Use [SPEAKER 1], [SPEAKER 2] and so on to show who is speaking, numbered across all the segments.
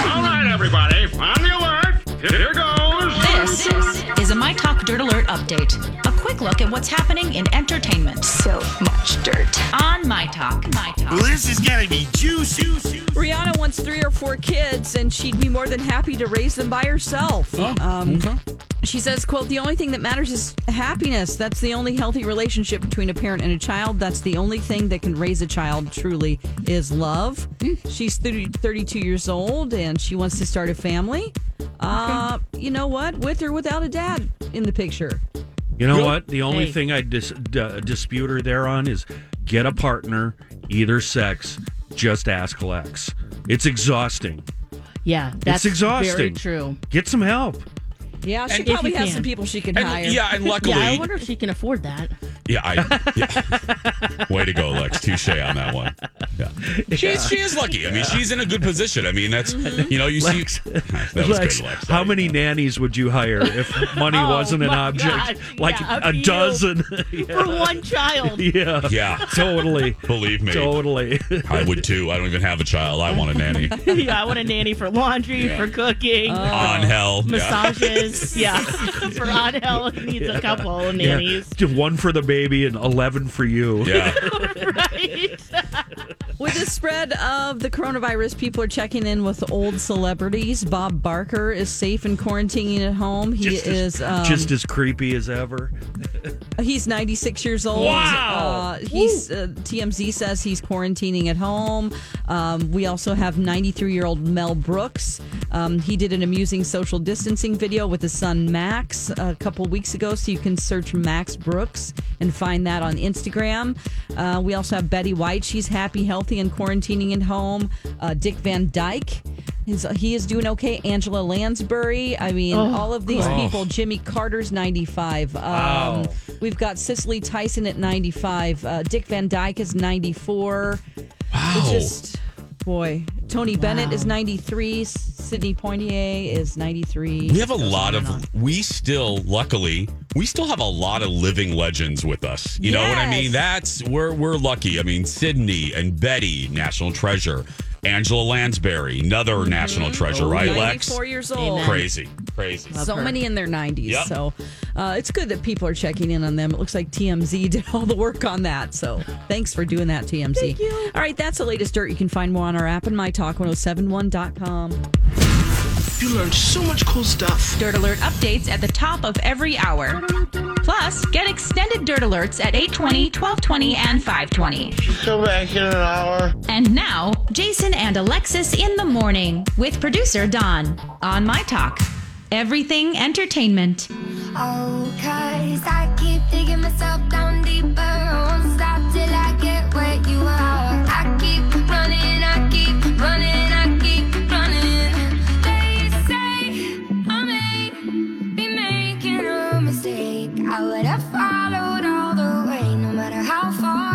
[SPEAKER 1] All right, everybody, on the alert. Here goes.
[SPEAKER 2] This is a My Talk Dirt Alert update. A quick look at what's happening in entertainment. So much dirt. On My Talk. My Talk.
[SPEAKER 3] This is gonna be juicy.
[SPEAKER 4] Rihanna wants three or four kids, and she'd be more than happy to raise them by herself. um, She says, "quote The only thing that matters is happiness. That's the only healthy relationship between a parent and a child. That's the only thing that can raise a child truly is love." She's 30, 32 years old, and she wants to start a family. Uh, you know what? With or without a dad in the picture.
[SPEAKER 5] You know what? The only
[SPEAKER 4] Hey.
[SPEAKER 5] thing I dis- d- uh, dispute her there on is get a partner, either sex, just ask Lex. It's exhausting.
[SPEAKER 6] Yeah, that's
[SPEAKER 5] it's exhausting.
[SPEAKER 6] very true.
[SPEAKER 5] Get some help.
[SPEAKER 4] Yeah, she
[SPEAKER 5] And if
[SPEAKER 4] probably
[SPEAKER 6] you
[SPEAKER 4] has
[SPEAKER 6] can.
[SPEAKER 4] some people she can hire.
[SPEAKER 3] And, yeah, and luckily,
[SPEAKER 6] Yeah, I
[SPEAKER 3] yeah,
[SPEAKER 6] wonder if she can afford that.
[SPEAKER 3] I, yeah. way to go, Lex. Touche on that one. Yeah. She's she is lucky. I mean, she's in a good position. I mean, that's you know, you
[SPEAKER 5] Lex,
[SPEAKER 3] see, that was
[SPEAKER 5] Lex,
[SPEAKER 3] good, Lex.
[SPEAKER 5] how many nannies would you hire if money
[SPEAKER 6] Oh,
[SPEAKER 5] wasn't an
[SPEAKER 6] my
[SPEAKER 5] object?
[SPEAKER 6] God.
[SPEAKER 5] Like
[SPEAKER 6] Yeah,
[SPEAKER 5] a
[SPEAKER 6] a few.
[SPEAKER 5] dozen.
[SPEAKER 6] For one child.
[SPEAKER 5] yeah.
[SPEAKER 3] Yeah,
[SPEAKER 5] Totally.
[SPEAKER 3] believe me,
[SPEAKER 5] Totally.
[SPEAKER 3] I would too. I don't even have a child. I want a nanny.
[SPEAKER 6] yeah, I want a nanny for laundry, for cooking,
[SPEAKER 3] on
[SPEAKER 4] Oh,
[SPEAKER 3] hell, yeah.
[SPEAKER 6] massages. Yeah, for on hell needs a couple of nannies.
[SPEAKER 5] Yeah. One for the baby and 11 for you.
[SPEAKER 3] yeah.
[SPEAKER 6] Right?
[SPEAKER 4] With the spread of the coronavirus, people are checking in with old celebrities. Bob Barker is safe and quarantining at home. He
[SPEAKER 5] Just
[SPEAKER 4] is
[SPEAKER 5] as,
[SPEAKER 4] um,
[SPEAKER 5] just as creepy as ever.
[SPEAKER 4] he's 96 years old.
[SPEAKER 5] Wow.
[SPEAKER 4] Uh, he's uh, TMZ says he's quarantining at home. Um, we also have 93 year old Mel Brooks. Um, he did an amusing social distancing video with his son Max a couple weeks ago, so you can search Max Brooks and find that on Instagram. Uh, we also have Betty White. She's happy, healthy, and quarantining at home. Uh, Dick Van Dyke. He's, he is doing okay. Angela Lansbury. I mean, all of these people. Jimmy Carter's 95. Um, We've got Cicely Tyson at 95. Uh, Dick Van Dyke is 94. It's
[SPEAKER 3] Wow.
[SPEAKER 4] just, boy. Tony Bennett is 93. Sydney Poitier is 93.
[SPEAKER 3] We have a lot of we still luckily we still have a lot of living legends with us. You know what I mean?
[SPEAKER 4] Yes.
[SPEAKER 3] That's we're we're lucky. I mean Sydney and Betty, national treasure. Angela Lansbury, another
[SPEAKER 4] Mm-hmm.
[SPEAKER 3] national treasure, right, Lex?
[SPEAKER 4] 94 Oh, years old.
[SPEAKER 3] Crazy, crazy.
[SPEAKER 4] So many in their 90s.
[SPEAKER 3] Yep.
[SPEAKER 4] So uh, it's good that people are checking in on them. It looks like TMZ did all the work on that. So thanks for doing that, TMZ. Thank you. All right, that's the latest dirt. You can find more on our app and mytalk1071.com.
[SPEAKER 7] You learned so much cool stuff.
[SPEAKER 2] Dirt Alert updates at the top of every hour. Plus, get extended Dirt Alerts at 820, 1220, and 520.
[SPEAKER 7] Go back in an hour.
[SPEAKER 2] And now, Jason and Alexis in the morning with producer Don on My Talk. Everything entertainment.
[SPEAKER 8] Oh, cause I keep digging myself down deeper. I won't stop till I get where you are. I keep running, I keep running, I keep running. They say I may be making a mistake. I would have followed all the way, no matter how far.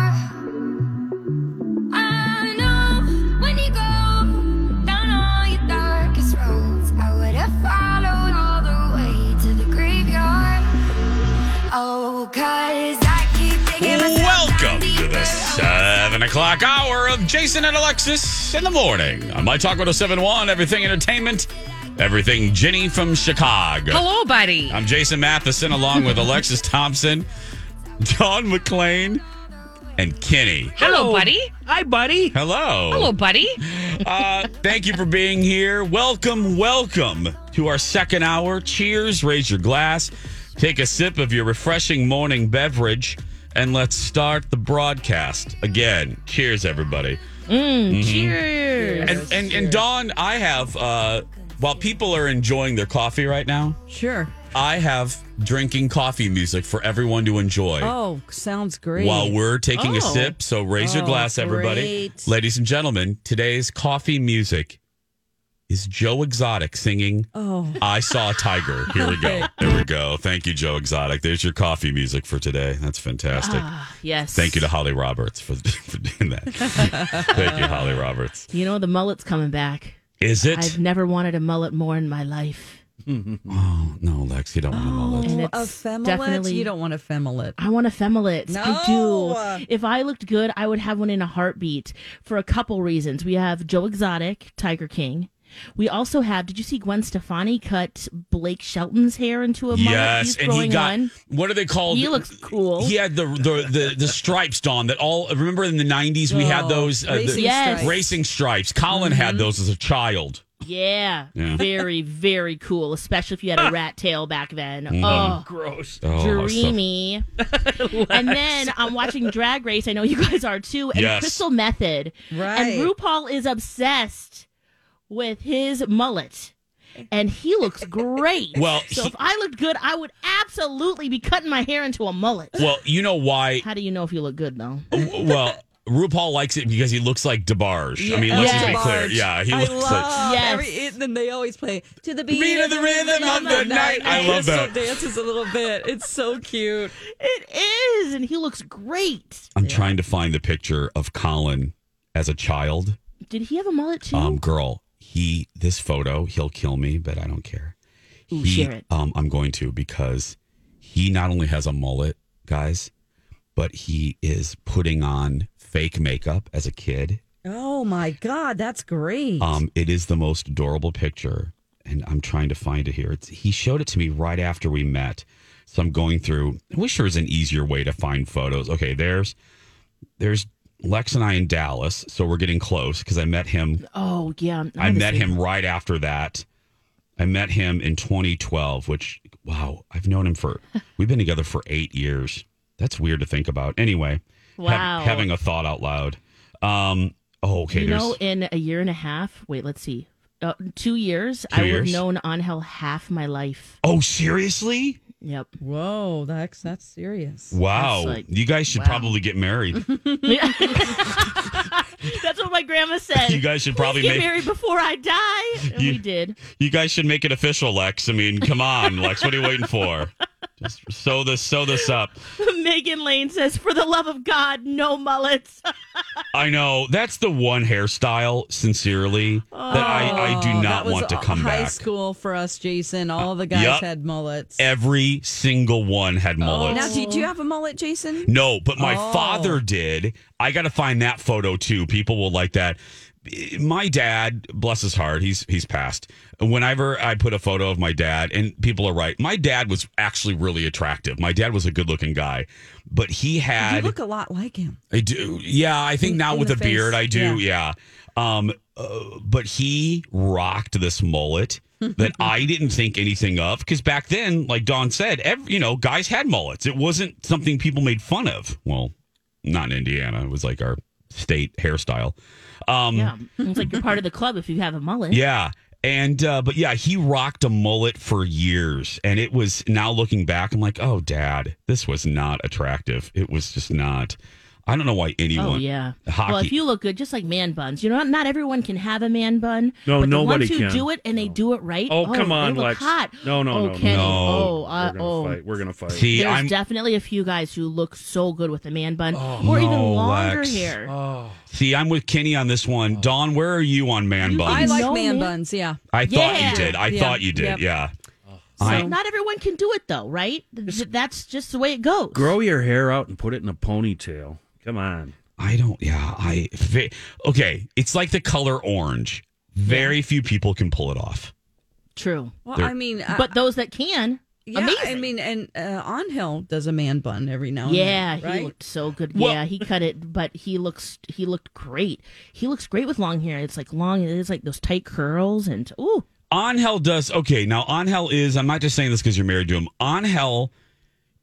[SPEAKER 8] I know when you go down all your darkest roads, I would have followed all the way to the graveyard. Oh, cause I keep thinking
[SPEAKER 3] Welcome to the seven o'clock hour of Jason and Alexis in the morning on my Talk 1071, everything entertainment, everything Ginny from Chicago.
[SPEAKER 9] Hello, buddy.
[SPEAKER 3] I'm Jason Matheson along with Alexis Thompson, John McClain, and Kenny.
[SPEAKER 2] Hello, buddy.
[SPEAKER 5] Hi, buddy.
[SPEAKER 3] Hello.
[SPEAKER 2] Hello, buddy.
[SPEAKER 3] Uh, thank you for being here. Welcome, welcome to our second hour. Cheers. Raise your glass. Take a sip of your refreshing morning beverage. And let's start the broadcast again. Cheers, everybody. Mhm.
[SPEAKER 2] Cheers.
[SPEAKER 3] And, and, and Dawn, I have, uh, while people are enjoying their coffee right now,
[SPEAKER 4] Sure.
[SPEAKER 3] I have drinking coffee music for everyone to enjoy.
[SPEAKER 4] Oh, sounds great.
[SPEAKER 3] While we're taking a sip, so raise your
[SPEAKER 4] Oh,
[SPEAKER 3] glass, everybody.
[SPEAKER 4] great.
[SPEAKER 3] Ladies and gentlemen, today's coffee music is Joe Exotic singing
[SPEAKER 4] Oh.
[SPEAKER 3] I Saw a Tiger. Here we go. There we go. Thank you, Joe Exotic. There's your coffee music for today. That's fantastic.
[SPEAKER 6] Ah. yes.
[SPEAKER 3] Thank you to Holly Roberts for, for doing that. Thank you, Holly Roberts.
[SPEAKER 6] You know the mullet's coming back.
[SPEAKER 3] Is it?
[SPEAKER 6] I've never wanted a mullet more in my life.
[SPEAKER 3] oh, no, Lex, you don't want to know that.
[SPEAKER 6] And
[SPEAKER 4] Oh,
[SPEAKER 6] it's
[SPEAKER 4] ephemeral?
[SPEAKER 6] definitely-
[SPEAKER 4] You don't want ephemeral.
[SPEAKER 6] I want effeminate. I
[SPEAKER 4] No.
[SPEAKER 6] do. If I looked good, I would have one in a heartbeat for a couple reasons. We have Joe Exotic, Tiger King. We also have. Did you see Gwen Stefani cut Blake Shelton's hair into a mullet?
[SPEAKER 3] Yes,
[SPEAKER 6] He's
[SPEAKER 3] and he
[SPEAKER 6] growing
[SPEAKER 3] got
[SPEAKER 6] one.
[SPEAKER 3] what are they called?
[SPEAKER 6] He looks cool.
[SPEAKER 3] He had the the the, the stripes Don. that all. Remember in the nineties we had
[SPEAKER 4] Oh,
[SPEAKER 3] those uh, the-
[SPEAKER 4] racing
[SPEAKER 6] Yes. stripes.
[SPEAKER 3] racing stripes. Colin
[SPEAKER 6] Mm-hmm.
[SPEAKER 3] had those as a child.
[SPEAKER 6] Yeah,
[SPEAKER 3] Yeah. Ah.
[SPEAKER 6] very very cool. Especially if you had a rat tail back then.
[SPEAKER 3] Mhm.
[SPEAKER 6] Oh.
[SPEAKER 5] Gross.
[SPEAKER 3] Oh,
[SPEAKER 6] Dreamy. and then I'm watching Drag Race. I know you guys are too. And
[SPEAKER 3] Yes.
[SPEAKER 6] Crystal Method.
[SPEAKER 4] Right.
[SPEAKER 6] And RuPaul is obsessed with his mullet. And he looks great.
[SPEAKER 3] Well,
[SPEAKER 6] so
[SPEAKER 3] he-
[SPEAKER 6] if I looked good, I would absolutely be cutting my hair into a mullet.
[SPEAKER 3] well, you know why?
[SPEAKER 6] How do you know if you look good, though?
[SPEAKER 3] Well, RuPaul likes it because he looks like DeBarge. I mean, let's
[SPEAKER 6] Yes.
[SPEAKER 3] be clear. Yeah, he looks
[SPEAKER 4] I
[SPEAKER 3] like.
[SPEAKER 4] love
[SPEAKER 6] Yes.
[SPEAKER 4] Um, every, it, then they always play to the beat,
[SPEAKER 3] Beat of the rhythm of the night. I
[SPEAKER 4] And
[SPEAKER 3] love
[SPEAKER 4] Crystal
[SPEAKER 3] that.
[SPEAKER 4] Dances a little bit. It's so cute.
[SPEAKER 6] It is. And he looks great.
[SPEAKER 3] I'm trying to find the picture of Colin as a child.
[SPEAKER 6] Did he have a mullet, too?
[SPEAKER 3] Um, girl, he this photo, he'll kill me, but I don't care.
[SPEAKER 6] Ooh,
[SPEAKER 3] He-
[SPEAKER 6] share it.
[SPEAKER 3] Um, I'm going to because he not only has a mullet, guys, but he is putting on fake makeup as a kid.
[SPEAKER 4] Oh my God, that's great.
[SPEAKER 3] Um, it is the most adorable picture, and I'm trying to find it here. It's, he showed it to me right after we met, so I'm going through. I wish there was an easier way to find photos. Okay, there's there's Lex and I in Dallas, so we're getting close because I met him
[SPEAKER 6] oh, yeah. I'm
[SPEAKER 3] I
[SPEAKER 6] gonna
[SPEAKER 3] met
[SPEAKER 6] see.
[SPEAKER 3] him right after that. I met him in 2012, which wow, I've known him for we've been together for eight years. That's weird to think about. Anyway, hav-
[SPEAKER 6] Wow.
[SPEAKER 3] having a thought out loud. Um, oh, okay.
[SPEAKER 6] you
[SPEAKER 3] there's,
[SPEAKER 6] know, in a year and a half, wait, let's see, uh, two years,
[SPEAKER 3] Two
[SPEAKER 6] I would
[SPEAKER 3] years?
[SPEAKER 6] have known Angel half my life.
[SPEAKER 3] oh, seriously?
[SPEAKER 6] Yep.
[SPEAKER 4] Whoa, that's that's serious.
[SPEAKER 3] Wow,
[SPEAKER 6] That's like-
[SPEAKER 3] you guys should
[SPEAKER 6] wow.
[SPEAKER 3] probably get married.
[SPEAKER 6] That's what my grandma said.
[SPEAKER 3] you guys should probably
[SPEAKER 6] Get
[SPEAKER 3] make
[SPEAKER 6] married before I die. And
[SPEAKER 3] You-
[SPEAKER 6] we did.
[SPEAKER 3] you guys should make it official, Lex. I mean, come on, Lex. What are you waiting for? Just sew this, sew this up.
[SPEAKER 6] Megan Lane says, for the love of God, no mullets.
[SPEAKER 3] I know that's the one hairstyle, sincerely, that I, I do
[SPEAKER 4] Oh,
[SPEAKER 3] not
[SPEAKER 4] that was
[SPEAKER 3] want to
[SPEAKER 4] a-
[SPEAKER 3] come
[SPEAKER 4] high
[SPEAKER 3] back.
[SPEAKER 4] school for us, Jason. All the guys
[SPEAKER 3] Yup.
[SPEAKER 4] had mullets.
[SPEAKER 3] Every single one had
[SPEAKER 4] Now,
[SPEAKER 3] mullets.
[SPEAKER 4] do, do you have a mullet, Jason?
[SPEAKER 3] No, but my
[SPEAKER 4] Oh.
[SPEAKER 3] father did. I got to find that photo too. People will like that. My dad, bless his heart, he's he's passed. Whenever I put a photo of my dad, and people are right, my dad was actually really attractive. My dad was a good-looking guy, but he
[SPEAKER 4] You
[SPEAKER 3] had
[SPEAKER 4] look a lot like him.
[SPEAKER 3] I do. Yeah, I think
[SPEAKER 4] In-
[SPEAKER 3] now
[SPEAKER 4] in
[SPEAKER 3] with
[SPEAKER 4] the
[SPEAKER 3] a
[SPEAKER 4] face.
[SPEAKER 3] beard, I do. Yeah. Um, uh, but he rocked this mullet that I didn't think anything of because back then, like Don said, ev you know, guys had mullets. It wasn't something people made fun of. Well, not in Indiana. It was like our state hairstyle. Um,
[SPEAKER 6] yeah. It's like you're part of the club if you have a mullet.
[SPEAKER 3] yeah. And, uh, but yeah, he rocked a mullet for years. And it was now looking back, I'm like, oh, dad, this was not attractive. It was just not. I don't know why anyone.
[SPEAKER 6] Oh yeah.
[SPEAKER 3] Hockey.
[SPEAKER 6] Well, if you look good, just like man buns, you know, not, not everyone can have a man bun.
[SPEAKER 5] No,
[SPEAKER 6] but the
[SPEAKER 5] nobody
[SPEAKER 6] ones who
[SPEAKER 5] can.
[SPEAKER 6] do it and they do it right.
[SPEAKER 5] Oh, come
[SPEAKER 6] they
[SPEAKER 5] on,
[SPEAKER 6] look
[SPEAKER 5] Lex.
[SPEAKER 6] Hot.
[SPEAKER 5] No, no,
[SPEAKER 6] oh,
[SPEAKER 5] no,
[SPEAKER 6] Kenny.
[SPEAKER 3] no.
[SPEAKER 6] Oh, uh,
[SPEAKER 5] We're gonna
[SPEAKER 6] oh.
[SPEAKER 5] fight. We're gonna fight.
[SPEAKER 3] See,
[SPEAKER 6] There's
[SPEAKER 3] I'm
[SPEAKER 6] definitely a few guys who look so good with a man bun or even
[SPEAKER 3] Oh, no,
[SPEAKER 6] longer
[SPEAKER 3] Lex. Um,
[SPEAKER 6] hair.
[SPEAKER 3] see, I'm with Kenny on this one. Dawn, where are you on man
[SPEAKER 6] You
[SPEAKER 3] buns?
[SPEAKER 4] I like
[SPEAKER 6] No, man.
[SPEAKER 4] man, buns. Yeah.
[SPEAKER 3] I thought
[SPEAKER 6] Yeah. Oh.
[SPEAKER 3] you did. I
[SPEAKER 4] Yeah.
[SPEAKER 3] thought you did.
[SPEAKER 4] Yep.
[SPEAKER 3] Yeah.
[SPEAKER 6] so
[SPEAKER 3] I-
[SPEAKER 6] not everyone can do it though, right? Th- That's just the way it goes.
[SPEAKER 5] Grow your hair out and put it in a ponytail. Come on.
[SPEAKER 3] I don't. Yeah. I. ve- Okay. It's like the color orange. Very few people can pull it off.
[SPEAKER 6] True.
[SPEAKER 4] Well,
[SPEAKER 3] They're-
[SPEAKER 4] I mean, I-
[SPEAKER 6] But those that can,
[SPEAKER 4] Yeah, I
[SPEAKER 6] Amazing.
[SPEAKER 4] mean, and uh, Angel does a man bun every
[SPEAKER 3] Oh,
[SPEAKER 4] now and
[SPEAKER 6] Yeah,
[SPEAKER 4] then.
[SPEAKER 6] he
[SPEAKER 4] right?
[SPEAKER 6] looked so good.
[SPEAKER 4] Well-
[SPEAKER 6] yeah, he cut it, but he looks he looked great. He looks great with long hair. It's like long. It's like those tight curls and ooh.
[SPEAKER 3] Angel does okay. Now Angel is. I'm not just saying this because you're married to him. Angel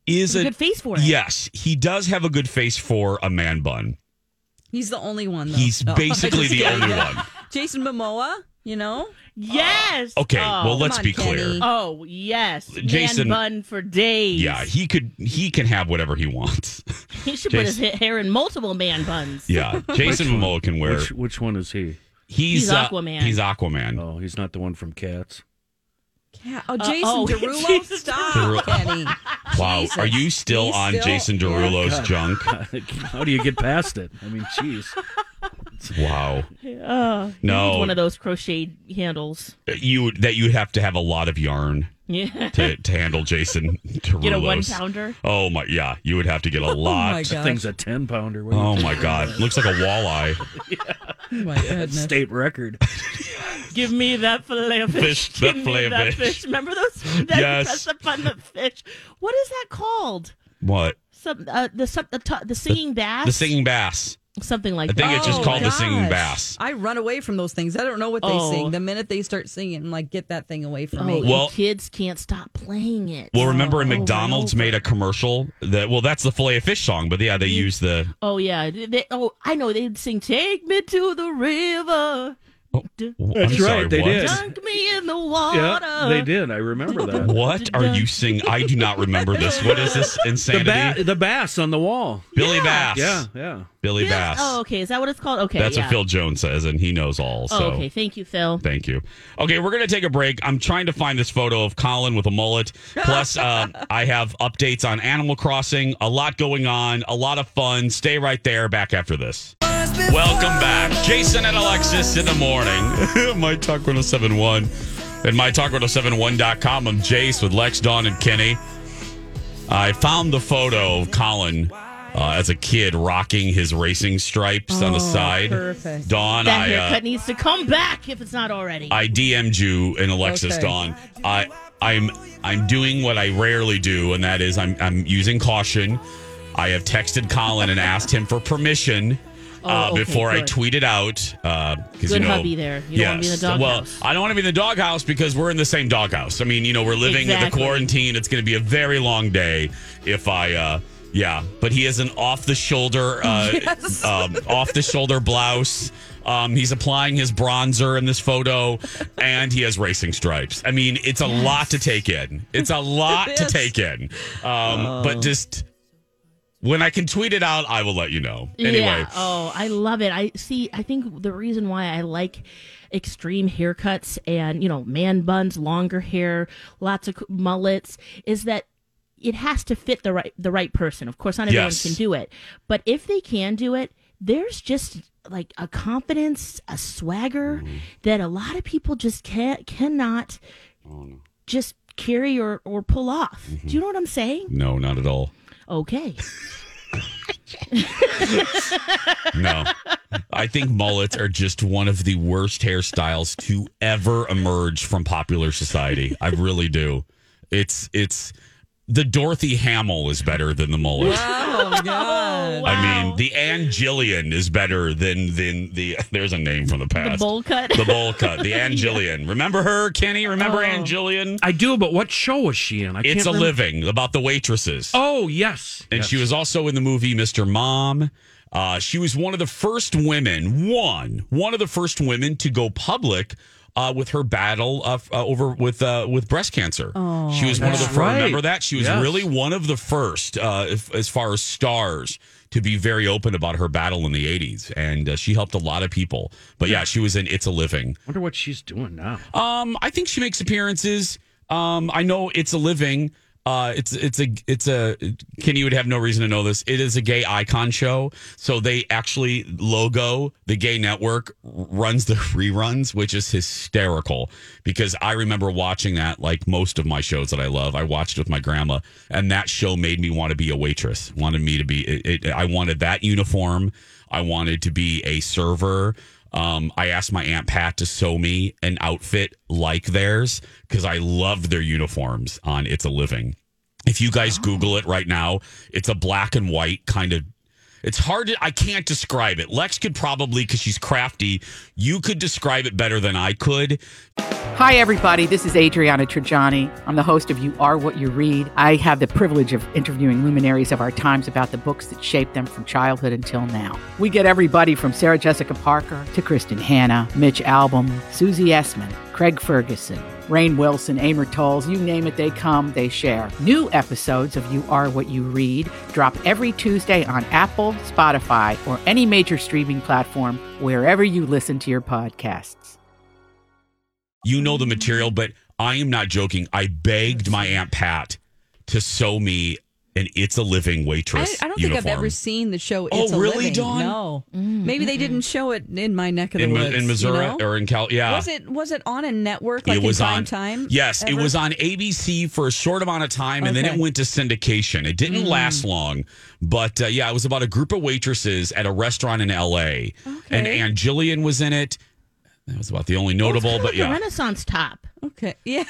[SPEAKER 3] is
[SPEAKER 6] He's a
[SPEAKER 3] a
[SPEAKER 6] good face for it.
[SPEAKER 3] Yes, he does have a good face for a man bun.
[SPEAKER 4] He's the only one. Though.
[SPEAKER 3] He's
[SPEAKER 4] Oh,
[SPEAKER 3] basically
[SPEAKER 4] just
[SPEAKER 3] the
[SPEAKER 4] kidding.
[SPEAKER 3] only one.
[SPEAKER 4] Jason Momoa, you know.
[SPEAKER 6] Yes.
[SPEAKER 3] Uh, Okay,
[SPEAKER 6] Oh,
[SPEAKER 3] well let's
[SPEAKER 4] on,
[SPEAKER 3] be clear.
[SPEAKER 4] Kenny.
[SPEAKER 6] Oh yes,
[SPEAKER 3] Jason-
[SPEAKER 6] man bun for days.
[SPEAKER 3] Yeah, he could. He can have whatever he wants.
[SPEAKER 6] he should put his
[SPEAKER 3] Jason-
[SPEAKER 6] ha- hair in multiple man buns.
[SPEAKER 3] Yeah, Jason
[SPEAKER 5] Which one?
[SPEAKER 3] Momoa can wear.
[SPEAKER 5] Which, which one is he?
[SPEAKER 3] he's
[SPEAKER 6] He's
[SPEAKER 3] uh,
[SPEAKER 6] Aquaman.
[SPEAKER 3] He's Aquaman.
[SPEAKER 5] Oh, he's not the one from Cats.
[SPEAKER 4] Yeah. Oh,
[SPEAKER 6] Uh,
[SPEAKER 4] Jason
[SPEAKER 6] oh,
[SPEAKER 4] Derulo,
[SPEAKER 6] Jesus.
[SPEAKER 4] stop,
[SPEAKER 3] Derulo.
[SPEAKER 4] Kenny.
[SPEAKER 3] Wow,
[SPEAKER 4] Jesus.
[SPEAKER 3] are you still
[SPEAKER 4] He's
[SPEAKER 3] on
[SPEAKER 4] still-
[SPEAKER 3] Jason
[SPEAKER 4] yeah.
[SPEAKER 3] Derulo's junk?
[SPEAKER 5] How do you get past it? I mean, jeez.
[SPEAKER 3] Wow,
[SPEAKER 6] Oh, he
[SPEAKER 3] No.
[SPEAKER 6] needs one of those crocheted handles.
[SPEAKER 3] you that you have to have a lot of yarn
[SPEAKER 6] Yeah.
[SPEAKER 3] to, to handle Jason Derulo's.
[SPEAKER 6] Get a one pounder.
[SPEAKER 3] Oh my, yeah, you would have to get a
[SPEAKER 4] Oh my
[SPEAKER 3] lot.
[SPEAKER 5] That
[SPEAKER 4] god.
[SPEAKER 5] thing's a ten pounder.
[SPEAKER 3] Oh my god, looks like a walleye
[SPEAKER 4] Oh my goodness.
[SPEAKER 5] State record.
[SPEAKER 6] Give me that fillet of fish.
[SPEAKER 3] Fish, that
[SPEAKER 6] Give
[SPEAKER 3] fillet
[SPEAKER 6] me
[SPEAKER 3] of
[SPEAKER 6] that
[SPEAKER 3] fish.
[SPEAKER 6] fish. Remember those? That
[SPEAKER 3] Yes.
[SPEAKER 6] press upon the fish. What is that called?
[SPEAKER 3] What
[SPEAKER 6] Some uh, the some, the, t- the singing bass.
[SPEAKER 3] the singing bass?
[SPEAKER 6] something like
[SPEAKER 3] I think
[SPEAKER 6] that.
[SPEAKER 3] it's just
[SPEAKER 4] Oh,
[SPEAKER 3] called
[SPEAKER 4] my
[SPEAKER 3] the singing
[SPEAKER 4] gosh.
[SPEAKER 3] bass.
[SPEAKER 4] I run away from those things. I don't know what they
[SPEAKER 6] Oh.
[SPEAKER 4] sing. The minute they start singing, I'm like, get that thing away from
[SPEAKER 6] Oh,
[SPEAKER 4] me.
[SPEAKER 3] Well-
[SPEAKER 6] the kids can't stop playing it.
[SPEAKER 3] Well, remember, in
[SPEAKER 6] Over and
[SPEAKER 3] McDonald's
[SPEAKER 6] over.
[SPEAKER 3] made a commercial that well, that's the fillet of fish song, but yeah, they use the
[SPEAKER 6] Oh yeah. They- they- oh, I know. They'd sing "Take Me to the River,
[SPEAKER 3] I'm sorry,
[SPEAKER 5] right, they
[SPEAKER 3] what?
[SPEAKER 5] did.
[SPEAKER 6] Dunk Me in the Water."
[SPEAKER 5] Yeah, they did. I remember that.
[SPEAKER 3] What are you singing? I do not remember this. What is this
[SPEAKER 5] The
[SPEAKER 3] insanity?
[SPEAKER 5] ba- the bass on the wall.
[SPEAKER 3] Billy Bass.
[SPEAKER 5] Yeah, yeah.
[SPEAKER 3] Billy
[SPEAKER 6] Yeah.
[SPEAKER 3] Bass.
[SPEAKER 6] Oh, okay. Is that what it's called? Okay.
[SPEAKER 3] That's
[SPEAKER 6] yeah.
[SPEAKER 3] what Phil Jones says, and he knows all. So
[SPEAKER 6] Oh, okay. Thank you, Phil.
[SPEAKER 3] thank you. Okay, we're gonna take a break. I'm trying to find this photo of Colin with a mullet. Plus, uh, I have updates on Animal Crossing. A lot going on. A lot of fun. Stay right there. Back after this. Welcome back, Jason and Alexis in the morning. My Talk 1071 and mytalk1071.com. I'm Jace with Lex, Dawn, and Kenny. I found the photo of Colin uh, as a kid rocking his racing stripes on the side.
[SPEAKER 4] perfect.
[SPEAKER 3] Dawn,
[SPEAKER 6] Oh, That
[SPEAKER 3] I uh,
[SPEAKER 6] haircut needs to come back if it's not already.
[SPEAKER 3] I DM'd you and Alexis
[SPEAKER 4] Okay.
[SPEAKER 3] Dawn. I I'm I'm doing what I rarely do, and that is I'm I'm using caution. I have texted Colin and asked him for permission uh,
[SPEAKER 6] Oh, okay,
[SPEAKER 3] before I
[SPEAKER 6] good.
[SPEAKER 3] tweet it out. Uh, 'cause,
[SPEAKER 6] Good
[SPEAKER 3] you know,
[SPEAKER 6] hubby there. You don't wanna be in the
[SPEAKER 3] well,
[SPEAKER 6] doghouse.
[SPEAKER 3] I don't want to be in the doghouse because we're in the same doghouse. I mean, you know, we're living the
[SPEAKER 6] Exactly.
[SPEAKER 3] quarantine. It's going to be a very long day if I. Uh, yeah, but he has an off the shoulder, uh, um, off the shoulder blouse. Um, he's applying his bronzer in this photo, and he has racing stripes. I mean, it's a lot to take in. It's a lot
[SPEAKER 4] It
[SPEAKER 3] to
[SPEAKER 4] is.
[SPEAKER 3] take in. Um, But
[SPEAKER 6] Oh.
[SPEAKER 3] just when I can tweet it out, I will let you know. Anyway,
[SPEAKER 6] Yeah. Oh, I love it. I see. I think the reason why I like extreme haircuts and you know man buns, longer hair, lots of mullets is that it has to fit the right the right person. Of course, not everyone
[SPEAKER 3] Yes.
[SPEAKER 6] can do it, but if they can do it, there's just like a confidence, a swagger
[SPEAKER 3] Mm-hmm.
[SPEAKER 6] that a lot of people just can cannot
[SPEAKER 3] Oh,
[SPEAKER 6] just carry or or pull off.
[SPEAKER 3] Mm-hmm.
[SPEAKER 6] Do you know what I'm saying?
[SPEAKER 3] no, not at all.
[SPEAKER 6] Okay.
[SPEAKER 3] No. I think mullets are just one of the worst hairstyles to ever emerge from popular society. I really do. It's it's the Dorothy Hamill is better than the mullet.
[SPEAKER 4] oh god.
[SPEAKER 3] I mean, the Ann Gillian is better than than the there's a name from the
[SPEAKER 6] the
[SPEAKER 3] past.
[SPEAKER 6] bowl cut.
[SPEAKER 3] The bowl cut. The Ann Gillian. Remember her, Kenny? Remember Ann Gillian?
[SPEAKER 5] Oh. I do, but what show was she in? I
[SPEAKER 3] It's
[SPEAKER 5] can't
[SPEAKER 3] a
[SPEAKER 5] remember.
[SPEAKER 3] living about the waitresses.
[SPEAKER 5] Oh yes,
[SPEAKER 3] And
[SPEAKER 5] Yes.
[SPEAKER 3] she was also in the movie Mr. Mom. Uh, she was one of the first women, one, one of the first women to go public uh, with her battle of, uh, over with uh, with breast cancer. she was one of the
[SPEAKER 5] Oh, that's
[SPEAKER 3] first.
[SPEAKER 5] right.
[SPEAKER 3] Remember that? She was
[SPEAKER 5] Yes.
[SPEAKER 3] really one of the first, uh, if, as far as stars, to be very open about her battle in the '80s, and uh, she helped a lot of people. But yeah, she was in It's a Living.
[SPEAKER 5] Wonder what she's doing now.
[SPEAKER 3] Um, I think she makes appearances. Um, I know it's a living. Uh, it's it's a it's a Kenny would have no reason to know this. It is a gay icon show, so they actually logo the gay network r- runs the reruns, which is hysterical because I remember watching that like most of my shows that I love. I watched with my grandma, and that show made me want to be a waitress. Wanted me to be. It, it, I wanted that uniform. I wanted to be a server. Um, I asked my aunt Pat to sew me an outfit like theirs because I loved their uniforms on It's a Living. If you guys Google it right now, it's a black and white kind of. It's hard. To, I can't describe it. Lex could probably because she's crafty. You could describe it better than I could.
[SPEAKER 9] Hi, everybody. This is Adriana Trajani. I'm the host of You Are What You Read. I have the privilege of interviewing luminaries of our times about the books that shaped them from childhood until now. We get everybody from Sarah Jessica Parker to Kristen Hanna, Mitch Albom, Susie Essman, Craig Ferguson, Rain Wilson, Amor Tolls, you name it, they come, they share. New episodes of You Are What You Read drop every Tuesday on Apple, Spotify, or any major streaming platform wherever you listen to your podcasts.
[SPEAKER 3] you know the material, but I am not joking. I begged my aunt Pat to sew me an "It's a Living"
[SPEAKER 4] I,
[SPEAKER 3] waitress.
[SPEAKER 4] I don't think
[SPEAKER 3] uniform.
[SPEAKER 4] I've ever seen the show.
[SPEAKER 3] Oh,
[SPEAKER 4] It's a
[SPEAKER 3] really,
[SPEAKER 4] Living.
[SPEAKER 3] Dawn?
[SPEAKER 4] No, maybe they didn't show it in my neck of the
[SPEAKER 3] in, Mi-
[SPEAKER 4] woods
[SPEAKER 3] in Missouri
[SPEAKER 4] you know?
[SPEAKER 3] or in Cal. Yeah,
[SPEAKER 4] Was it was it on a network like
[SPEAKER 3] it was
[SPEAKER 4] in prime
[SPEAKER 3] on
[SPEAKER 4] time?
[SPEAKER 3] Yes,
[SPEAKER 4] ever?
[SPEAKER 3] it was on ABC for a short amount of time, and then
[SPEAKER 4] Okay.
[SPEAKER 3] it went to syndication. It
[SPEAKER 6] Mm.
[SPEAKER 3] didn't last long, but uh, yeah, it was about a group of waitresses at a restaurant in LA, and
[SPEAKER 6] Okay.
[SPEAKER 3] Ann Jillian was in it. That was about the only notable, but
[SPEAKER 6] Like a
[SPEAKER 3] yeah,
[SPEAKER 6] Renaissance top.
[SPEAKER 4] Okay. Yeah.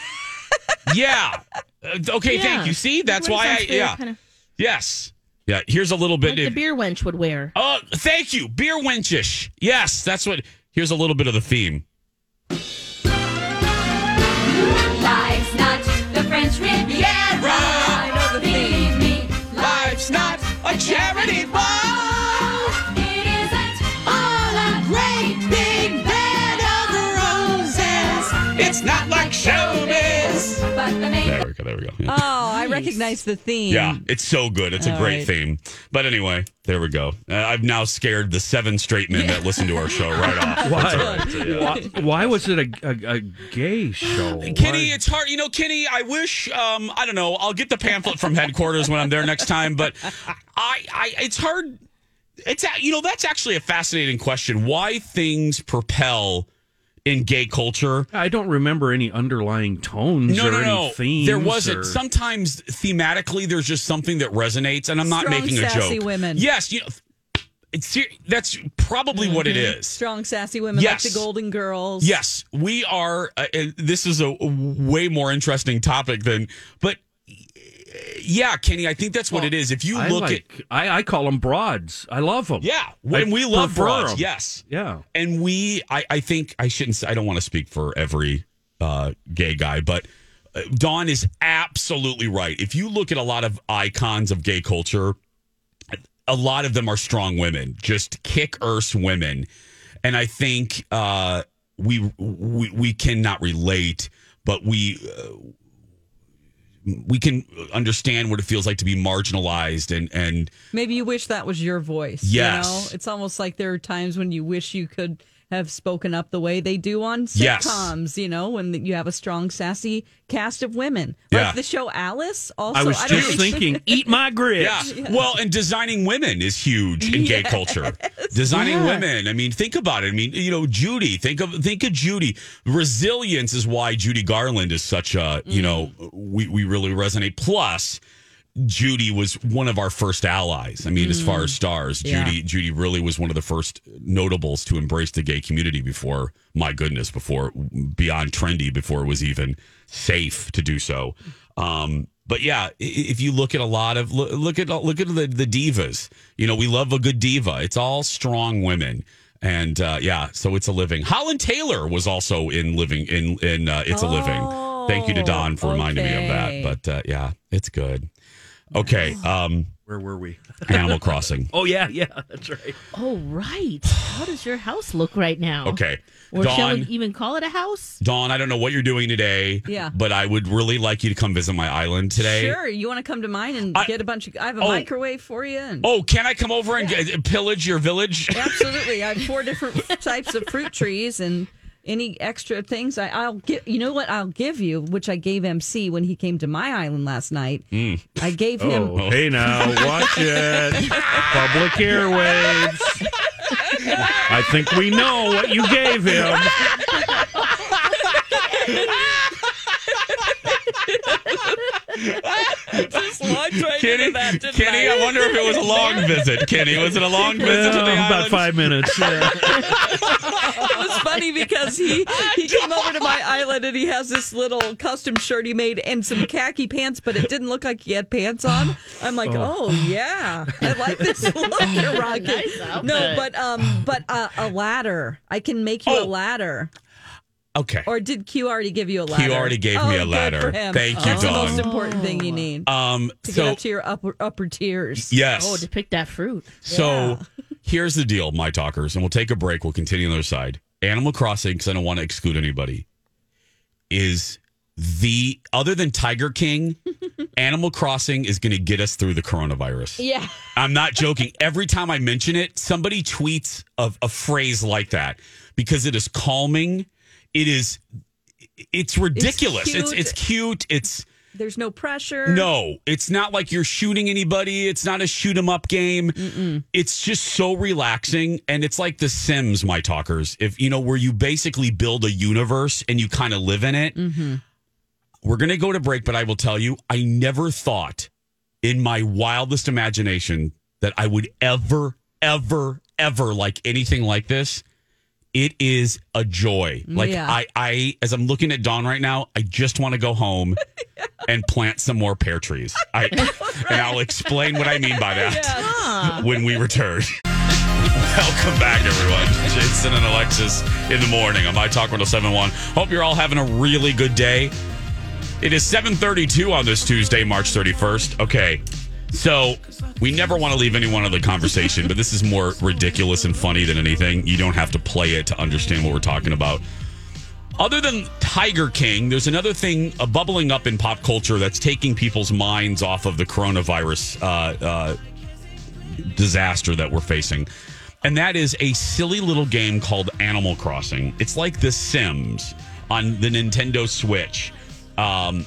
[SPEAKER 3] yeah. Uh, okay,
[SPEAKER 6] Yeah.
[SPEAKER 3] thank you. See, that's why I
[SPEAKER 6] Renaissance fair
[SPEAKER 3] yeah.
[SPEAKER 6] kinda-
[SPEAKER 3] Yes. Yeah. Here's a little bit.
[SPEAKER 6] like the
[SPEAKER 3] if-
[SPEAKER 6] beer wench would wear.
[SPEAKER 3] Oh, thank you. Beer wenchish. Yes, that's what. Here's a little bit of the theme.
[SPEAKER 8] Life's not the French Riviera. I know the theme. Believe me, life's not a charity ball. It isn't all a great big bed of roses.
[SPEAKER 3] It's not like showbiz.
[SPEAKER 8] But the main
[SPEAKER 3] There we go. There we go. Yeah,
[SPEAKER 4] Oh, I recognize the theme.
[SPEAKER 3] Yeah, it's so good. It's a
[SPEAKER 4] All
[SPEAKER 3] great
[SPEAKER 4] right.
[SPEAKER 3] theme. But anyway, there we go. Uh, I've now scared the seven straight men that listen to our show right off. That's all
[SPEAKER 5] Why?
[SPEAKER 3] right. So, yeah.
[SPEAKER 5] why, why was it a, a, a gay show?
[SPEAKER 3] Kenny,
[SPEAKER 5] Why-
[SPEAKER 3] it's hard. You know, Kenny, I wish, um, I don't know, I'll get the pamphlet from headquarters when I'm there next time, but I, I, it's hard. It's, a- you know, that's actually a fascinating question. Why things propel in gay culture?
[SPEAKER 5] I don't remember any underlying tones
[SPEAKER 3] No,
[SPEAKER 5] or
[SPEAKER 3] no,
[SPEAKER 5] any
[SPEAKER 3] no.
[SPEAKER 5] themes.
[SPEAKER 3] there wasn't.
[SPEAKER 5] or-
[SPEAKER 3] Sometimes thematically, there's just something that resonates, and I'm not
[SPEAKER 4] Strong,
[SPEAKER 3] making a
[SPEAKER 4] sassy
[SPEAKER 3] joke.
[SPEAKER 4] women.
[SPEAKER 3] Yes, you know, it's, ser- that's probably what it
[SPEAKER 4] Mm-hmm.
[SPEAKER 3] is.
[SPEAKER 4] Strong, sassy women
[SPEAKER 3] Yes.
[SPEAKER 4] like the Golden Girls.
[SPEAKER 3] Yes, we are. Uh, and this is a way more interesting topic than, but yeah, Kenny, I think that's what it is. If you
[SPEAKER 5] I
[SPEAKER 3] look at,
[SPEAKER 5] like, I, I call them broads. I love them.
[SPEAKER 3] yeah, when we love broads, yes,
[SPEAKER 5] Yeah.
[SPEAKER 3] and we, I, I think I shouldn't. say I don't want to speak for every uh, gay guy, but uh, Dawn is absolutely right. If you look at a lot of icons of gay culture, a lot of them are strong women, just kick arse women, and I think uh, we we we cannot relate, but we uh, we can understand what it feels like to be marginalized and and
[SPEAKER 4] Maybe you wish that was your voice.
[SPEAKER 3] Yes.
[SPEAKER 4] You know? It's almost like there are times when you wish you could have spoken up the way they do on
[SPEAKER 3] Yes.
[SPEAKER 4] sitcoms, you know, when you have a strong, sassy cast of women.
[SPEAKER 3] Yeah.
[SPEAKER 4] Like the show Alice also.
[SPEAKER 5] I was
[SPEAKER 4] don't
[SPEAKER 5] just
[SPEAKER 4] think-
[SPEAKER 5] thinking, eat my grits.
[SPEAKER 3] Yeah. Well, and designing women is huge in gay culture. Designing
[SPEAKER 6] Yeah.
[SPEAKER 3] women. I mean, think about it. I mean, you know, Judy. Think of think of Judy. Resilience is why Judy Garland is such a you know we we really resonate. Plus. Judy was one of our first allies. I mean, as far as stars,
[SPEAKER 4] Yeah.
[SPEAKER 3] Judy Judy really was one of the first notables to embrace the gay community before my goodness, before beyond trendy, before it was even safe to do so. Um, but yeah, i- if you look at a lot of look, look at look at the the divas, you know, we love a good diva. It's all strong women. And uh, yeah, so it's a living. Holland Taylor was also in living in in uh, it's a living. Thank you to
[SPEAKER 4] Oh,
[SPEAKER 3] Don for reminding me of
[SPEAKER 4] okay.
[SPEAKER 3] that. But uh, yeah, it's good. Okay. Um,
[SPEAKER 5] Where were we?
[SPEAKER 3] Animal Crossing.
[SPEAKER 5] Oh, yeah, yeah, that's right.
[SPEAKER 6] Oh right. How does your house look right now?
[SPEAKER 3] Okay.
[SPEAKER 6] Or shall we e-
[SPEAKER 3] Dawn,
[SPEAKER 6] even call it a house?
[SPEAKER 3] Dawn, I don't know what you're doing today.
[SPEAKER 4] Yeah.
[SPEAKER 3] But I would really like you to come visit my island today.
[SPEAKER 4] Sure, you want to come to mine and
[SPEAKER 3] I-
[SPEAKER 4] get a bunch of. I have a
[SPEAKER 3] Oh.
[SPEAKER 4] microwave for you. And
[SPEAKER 3] Oh, can I come over and get, pillage your village?
[SPEAKER 4] Absolutely, I have four different types of fruit trees and any extra things. I, I'll give you know what I'll give you, which I gave MC when he came to my island last night.
[SPEAKER 3] Hmm.
[SPEAKER 4] I gave him
[SPEAKER 5] Oh, hey now, watch it. Public airwaves. I think we know what you gave him.
[SPEAKER 4] just lunch right
[SPEAKER 3] Kenny, Kenny, I wonder if it was a long visit. Kenny, was it a long visit to the
[SPEAKER 5] Yeah,
[SPEAKER 3] island?
[SPEAKER 5] about five minutes. Yeah.
[SPEAKER 4] it was funny because he he came over to my island and he has this little custom shirt he made and some khaki pants, but it didn't look like he had pants on. I'm like,
[SPEAKER 10] Oh.
[SPEAKER 4] oh, yeah, I like this look, you're Rocky.
[SPEAKER 10] Nice outfit.
[SPEAKER 4] no, but um, but uh, a ladder. I can make
[SPEAKER 3] Oh.
[SPEAKER 4] you a ladder.
[SPEAKER 3] Okay.
[SPEAKER 4] Or did Q already give you a ladder?
[SPEAKER 3] already gave
[SPEAKER 4] Oh,
[SPEAKER 3] me a
[SPEAKER 4] good
[SPEAKER 3] ladder.
[SPEAKER 4] for him.
[SPEAKER 3] Thank you,
[SPEAKER 4] That's
[SPEAKER 3] Dawn.
[SPEAKER 4] the most important thing you need
[SPEAKER 3] Um,
[SPEAKER 4] to
[SPEAKER 3] so-
[SPEAKER 4] get up to your upper upper tiers.
[SPEAKER 3] Yes. Oh, to
[SPEAKER 6] pick that fruit.
[SPEAKER 3] So here's the deal, my talkers, and we'll take a break. We'll continue on the other side. Animal Crossing, because I don't want to exclude anybody, is the other than Tiger King, Animal Crossing is going to get us through the coronavirus.
[SPEAKER 4] Yeah.
[SPEAKER 3] I'm not joking. Every time I mention it, somebody tweets of a phrase like that because it is calming. It is. It's ridiculous. It's
[SPEAKER 4] cute.
[SPEAKER 3] it's cute. It's
[SPEAKER 4] There's no pressure.
[SPEAKER 3] no, it's not like you're shooting anybody. It's not a shoot 'em up game. It's just so relaxing, and it's like The Sims, my talkers. If you know where you basically build a universe and you kind of live in it. We're gonna go to break, but I will tell you, I never thought in my wildest imagination that I would ever, ever, ever like anything like this. It is a joy. Like
[SPEAKER 4] Yeah.
[SPEAKER 3] I, I, as I'm looking at Dawn right now, I just want to go home and plant some more pear trees. I, and I'll explain what I mean by that when we return. Welcome back, everyone. Jason and Alexis in the morning on My Talk 1071. Hope you're all having a really good day. It is 732 on this Tuesday, March 31st. Okay. So we never want to leave anyone out of the conversation, but this is more ridiculous and funny than anything. You don't have to play it to understand what we're talking about. Other than Tiger King, there's another thing uh, bubbling up in pop culture that's taking people's minds off of the coronavirus uh, uh, disaster that we're facing. And that is a silly little game called Animal Crossing. It's like The Sims on the Nintendo Switch, um,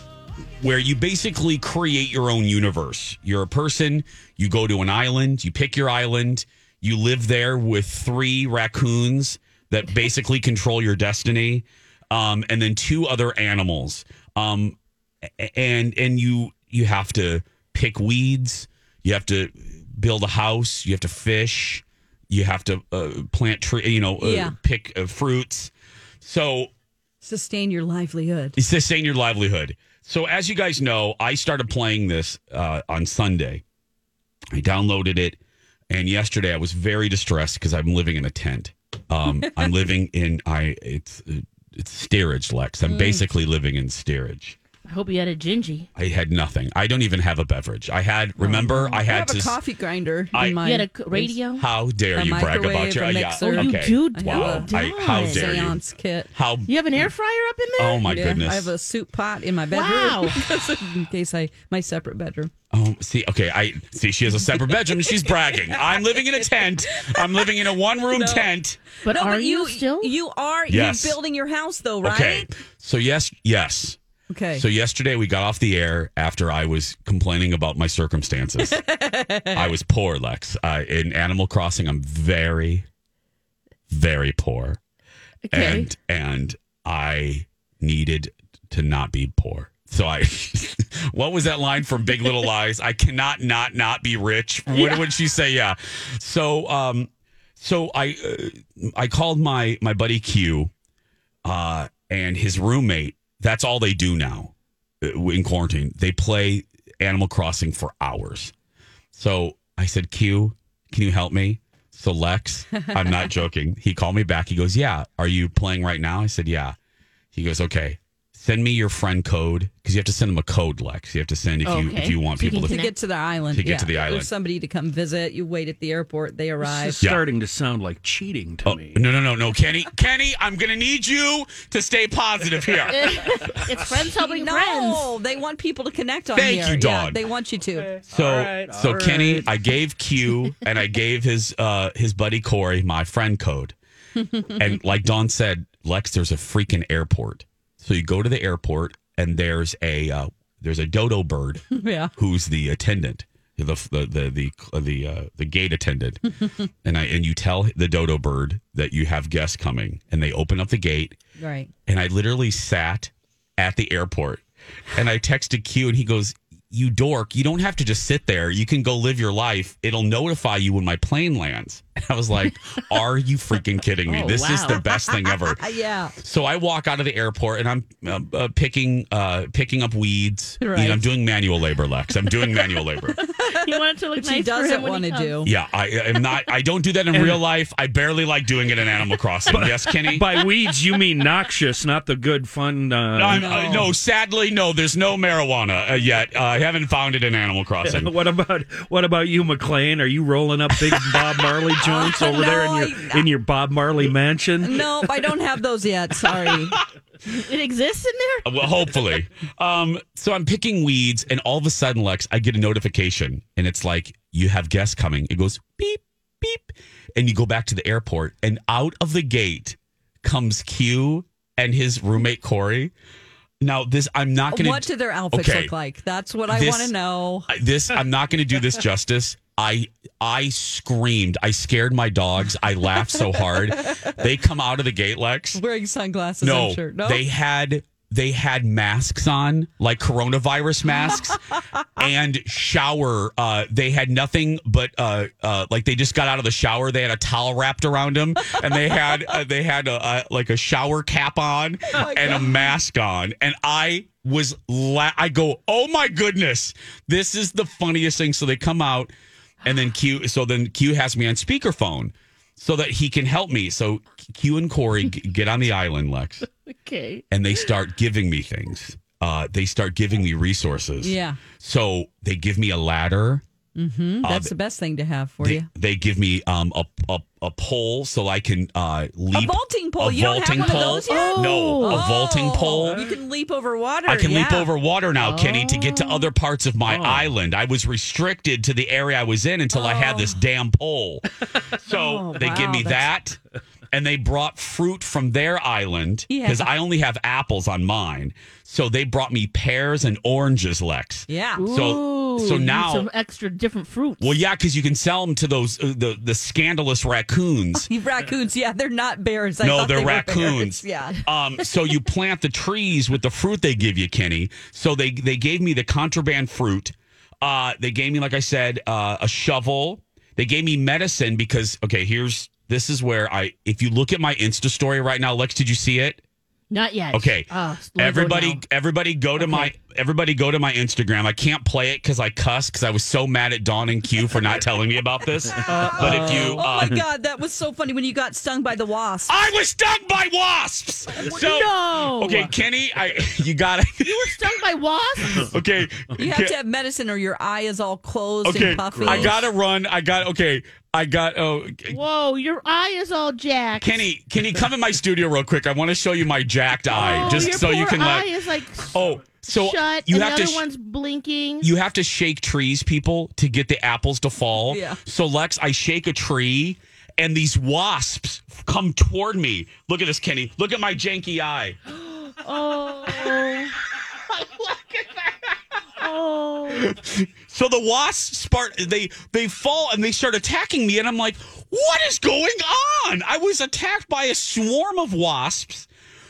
[SPEAKER 3] where you basically create your own universe. You're a person, you go to an island, you pick your island, you live there with three raccoons that basically control your destiny, um, and then two other animals. Um, a- and and you you have to pick weeds you have to build a house you have to fish you have to uh, plant tree you know uh,
[SPEAKER 4] Yeah.
[SPEAKER 3] pick uh, fruits so
[SPEAKER 4] Sustain your livelihood.
[SPEAKER 3] sustain your livelihood so as you guys know i started playing this uh, on sunday i downloaded it and yesterday i was very distressed because i'm living in a tent um, i'm living in i it's it's steerage lex i'm
[SPEAKER 6] Mm.
[SPEAKER 3] basically living in steerage
[SPEAKER 6] I hope you had a gingy.
[SPEAKER 3] I had nothing. I don't even have a beverage. I had. Remember, I
[SPEAKER 4] I
[SPEAKER 3] had
[SPEAKER 4] Oh, have
[SPEAKER 3] to.
[SPEAKER 4] a coffee grinder.
[SPEAKER 3] I-
[SPEAKER 4] in
[SPEAKER 3] You
[SPEAKER 4] my
[SPEAKER 3] had
[SPEAKER 6] a c- radio?
[SPEAKER 3] How dare
[SPEAKER 4] A
[SPEAKER 3] you brag about
[SPEAKER 4] microwave,
[SPEAKER 3] your uh,
[SPEAKER 4] a
[SPEAKER 3] yeah,
[SPEAKER 4] mixer. Oh, you
[SPEAKER 3] okay.
[SPEAKER 4] do?
[SPEAKER 3] Wow.
[SPEAKER 4] I
[SPEAKER 3] I,
[SPEAKER 4] have a
[SPEAKER 3] how dare you?
[SPEAKER 4] seance kit.
[SPEAKER 3] How
[SPEAKER 6] You have an air fryer up in there?
[SPEAKER 3] Oh my
[SPEAKER 4] Yeah,
[SPEAKER 3] goodness.
[SPEAKER 4] I have a soup pot in my bedroom.
[SPEAKER 6] Wow.
[SPEAKER 4] in case I my separate bedroom.
[SPEAKER 3] Oh, see, okay, I see. She has a separate bedroom. and She's bragging. I'm living in a tent. I'm living in a one-room
[SPEAKER 4] No.
[SPEAKER 3] tent.
[SPEAKER 6] But
[SPEAKER 4] No,
[SPEAKER 6] are you, still?
[SPEAKER 4] You are
[SPEAKER 3] Yes.
[SPEAKER 4] you're building your house though, right?
[SPEAKER 3] Okay. So yes, yes.
[SPEAKER 4] Okay.
[SPEAKER 3] So yesterday we got off the air after I was complaining about my circumstances. I was poor, Lex. Uh, in Animal Crossing, I'm very, very poor,
[SPEAKER 6] Okay.
[SPEAKER 3] and and I needed to not be poor. So I, what was that line from Big Little Lies? I cannot not not be rich. What would she say? Yeah. So um, so I uh, I called my my buddy Q, uh, and his roommate. That's all they do now uh, in quarantine. They play Animal Crossing for hours. So I said, Q, can you help me? So Lex, I'm not joking. He called me back. He goes, Yeah, are you playing right now? I said, Yeah. He goes, Okay, send me your friend code because you have to send them a code, Lex. You have to send if you if you want
[SPEAKER 4] So
[SPEAKER 3] people
[SPEAKER 4] can
[SPEAKER 3] to
[SPEAKER 4] to get to the island.
[SPEAKER 3] To get
[SPEAKER 4] yeah.
[SPEAKER 3] to the
[SPEAKER 4] Or
[SPEAKER 3] island.
[SPEAKER 4] somebody to come visit. You wait at the airport. They arrive.
[SPEAKER 5] This is starting to sound like cheating to me.
[SPEAKER 3] Oh, No, no, no, no, Kenny. Kenny, I'm gonna need you to stay positive here.
[SPEAKER 6] it's friends helping
[SPEAKER 4] no,
[SPEAKER 6] friends.
[SPEAKER 4] they want people to connect on
[SPEAKER 3] Thank
[SPEAKER 4] here.
[SPEAKER 3] you,
[SPEAKER 4] Yeah,
[SPEAKER 3] Dawn.
[SPEAKER 4] they want you to.
[SPEAKER 3] So,
[SPEAKER 5] All right,
[SPEAKER 3] so
[SPEAKER 5] all
[SPEAKER 3] Kenny,
[SPEAKER 5] right.
[SPEAKER 3] I gave Q and I gave his uh his buddy Corey my friend code. and like Don said, Lex, there's a freaking airport. So you go to the airport and there's a uh, there's a dodo bird
[SPEAKER 4] yeah.
[SPEAKER 3] who's the attendant, the the the the uh, the, uh, the gate attendant, and I and you tell the dodo bird that you have guests coming, and they open up the gate,
[SPEAKER 4] Right.
[SPEAKER 3] and I literally sat at the airport, and I texted Q, and he goes, you dork, you don't have to just sit there. You can go live your life. It'll notify you when my plane lands. And I was like, are you freaking kidding me?
[SPEAKER 4] Oh,
[SPEAKER 3] this is
[SPEAKER 4] wow.
[SPEAKER 3] the best thing ever.
[SPEAKER 4] Uh, yeah.
[SPEAKER 3] So I walk out of the airport and I'm uh, uh, picking uh, picking up weeds. You know,
[SPEAKER 4] Right.
[SPEAKER 3] I'm doing manual labor, Lex. I'm doing manual labor.
[SPEAKER 6] You want it to look
[SPEAKER 4] Which
[SPEAKER 6] nice
[SPEAKER 4] he
[SPEAKER 6] for
[SPEAKER 4] doesn't
[SPEAKER 6] him when
[SPEAKER 4] want
[SPEAKER 6] he
[SPEAKER 4] to
[SPEAKER 6] comes.
[SPEAKER 4] do.
[SPEAKER 3] Yeah, I am not. I don't do that in
[SPEAKER 5] And-
[SPEAKER 3] real life. I barely like doing it in Animal Crossing. yes, Kenny.
[SPEAKER 5] By weeds, you mean noxious, not the good fun. Uh,
[SPEAKER 3] I'm, uh, no, sadly, no. There's no marijuana uh, yet. Uh, I haven't found it in Animal Crossing.
[SPEAKER 5] What about what about you, McLean? Are you rolling up big Bob Marley
[SPEAKER 4] Oh,
[SPEAKER 5] joints over there in your in your Bob Marley mansion?
[SPEAKER 4] Nope, I don't have those yet. Sorry.
[SPEAKER 6] It exists in there?
[SPEAKER 3] Uh, Well, hopefully. Um, so I'm picking weeds, and all of a sudden, Lex, I get a notification, and it's like, you have guests coming. It goes beep, beep. And you go back to the airport, and out of the gate comes Q and his roommate, Corey. Now, this, I'm not going to.
[SPEAKER 4] what do their outfits
[SPEAKER 3] Okay.
[SPEAKER 4] look like? That's what I
[SPEAKER 3] This-
[SPEAKER 4] want to know.
[SPEAKER 3] I- this I'm not going to do this justice. I I screamed. I scared my dogs. I laughed so hard. They come out of the gate, Lex.
[SPEAKER 4] Wearing sunglasses,
[SPEAKER 3] No,
[SPEAKER 4] I'm sure. No.
[SPEAKER 3] they had they had masks on, like coronavirus masks, and shower. Uh, they had nothing but uh, uh, like they just got out of the shower. They had a towel wrapped around them, and they had uh, they had a, a like a shower cap on and a mask on, and I was la- I go, oh my goodness, this is the funniest thing. So they come out, and then Q. So then Q has me on speakerphone. So that he can help me. So Q and Corey g- get on the island, Lex
[SPEAKER 6] Okay.
[SPEAKER 3] and they start giving me things. Uh, they start giving me resources.
[SPEAKER 4] yeah.
[SPEAKER 3] So they give me a ladder.
[SPEAKER 4] hmm
[SPEAKER 3] Uh,
[SPEAKER 4] That's the best thing to have for
[SPEAKER 3] They,
[SPEAKER 4] you.
[SPEAKER 3] they give me um, a, a a pole so I can uh, leap.
[SPEAKER 4] A vaulting pole. you don't have
[SPEAKER 3] vaulting
[SPEAKER 4] one of those yet?
[SPEAKER 3] No, a
[SPEAKER 4] Oh.
[SPEAKER 3] vaulting pole.
[SPEAKER 4] You can leap over water.
[SPEAKER 3] I can leap
[SPEAKER 4] yeah. Oh,
[SPEAKER 3] over water now, Kenny, to get to other parts of my island. I was restricted to the area I was in until I had this damn pole. So
[SPEAKER 4] Oh,
[SPEAKER 3] they give
[SPEAKER 4] wow,
[SPEAKER 3] me
[SPEAKER 4] that's-
[SPEAKER 3] that, and they brought fruit from their island
[SPEAKER 4] Yeah.
[SPEAKER 3] because I only have apples on mine. So they brought me pears and oranges, Lex.
[SPEAKER 4] Yeah.
[SPEAKER 3] So
[SPEAKER 6] Ooh,
[SPEAKER 3] so
[SPEAKER 6] you need
[SPEAKER 3] now
[SPEAKER 6] some extra different fruits.
[SPEAKER 3] well, yeah, because you can sell them to those uh, the the scandalous raccoons.
[SPEAKER 4] You raccoons, yeah, they're not bears. I
[SPEAKER 3] No,
[SPEAKER 4] thought
[SPEAKER 3] they're
[SPEAKER 4] they were
[SPEAKER 3] raccoons.
[SPEAKER 4] bears. Yeah.
[SPEAKER 3] Um, so you plant the trees with the fruit they give you, Kenny. So they they gave me the contraband fruit. Uh, they gave me, like I said, uh, a shovel. They gave me medicine because okay, here's this is where I. If you look at my Insta story right now, Lex, did you see it?
[SPEAKER 6] Not yet.
[SPEAKER 3] Okay.
[SPEAKER 6] Ah, let me go
[SPEAKER 3] Everybody,
[SPEAKER 6] now.
[SPEAKER 3] everybody, go to my everybody go to my Instagram. I can't play it because I cuss because I was so mad at Dawn and Q for not telling me about this. But if you, uh, um, Ah,
[SPEAKER 4] Oh my God, that was so funny when you got stung by the wasp.
[SPEAKER 3] I was stung by wasps. So
[SPEAKER 6] No!
[SPEAKER 3] okay, Kenny, I you gotta
[SPEAKER 6] You were stung by wasps?
[SPEAKER 3] okay.
[SPEAKER 4] You have to have medicine or your eye is all closed
[SPEAKER 3] okay,
[SPEAKER 4] and puffy.
[SPEAKER 3] I gotta run. I got okay. I got oh
[SPEAKER 6] Whoa, your eye is all jacked.
[SPEAKER 3] Kenny, Kenny, come in my studio real quick. I want to show you my jacked eye,
[SPEAKER 6] Oh,
[SPEAKER 3] just
[SPEAKER 6] your
[SPEAKER 3] so
[SPEAKER 6] poor
[SPEAKER 3] you can
[SPEAKER 6] eye
[SPEAKER 3] let.
[SPEAKER 6] is like
[SPEAKER 3] Oh, so
[SPEAKER 6] shut.
[SPEAKER 3] you
[SPEAKER 6] and
[SPEAKER 3] have
[SPEAKER 6] the
[SPEAKER 3] to
[SPEAKER 6] other
[SPEAKER 3] sh-
[SPEAKER 6] one's blinking.
[SPEAKER 3] you have to shake trees, people, to get the apples to fall.
[SPEAKER 4] Yeah.
[SPEAKER 3] So Lex, I shake a tree, and these wasps come toward me. Look at this, Kenny. Look at my janky eye.
[SPEAKER 6] oh. oh.
[SPEAKER 3] So the wasps spark they they fall and they start attacking me and I'm like, "What is going on? I was attacked by a swarm of wasps."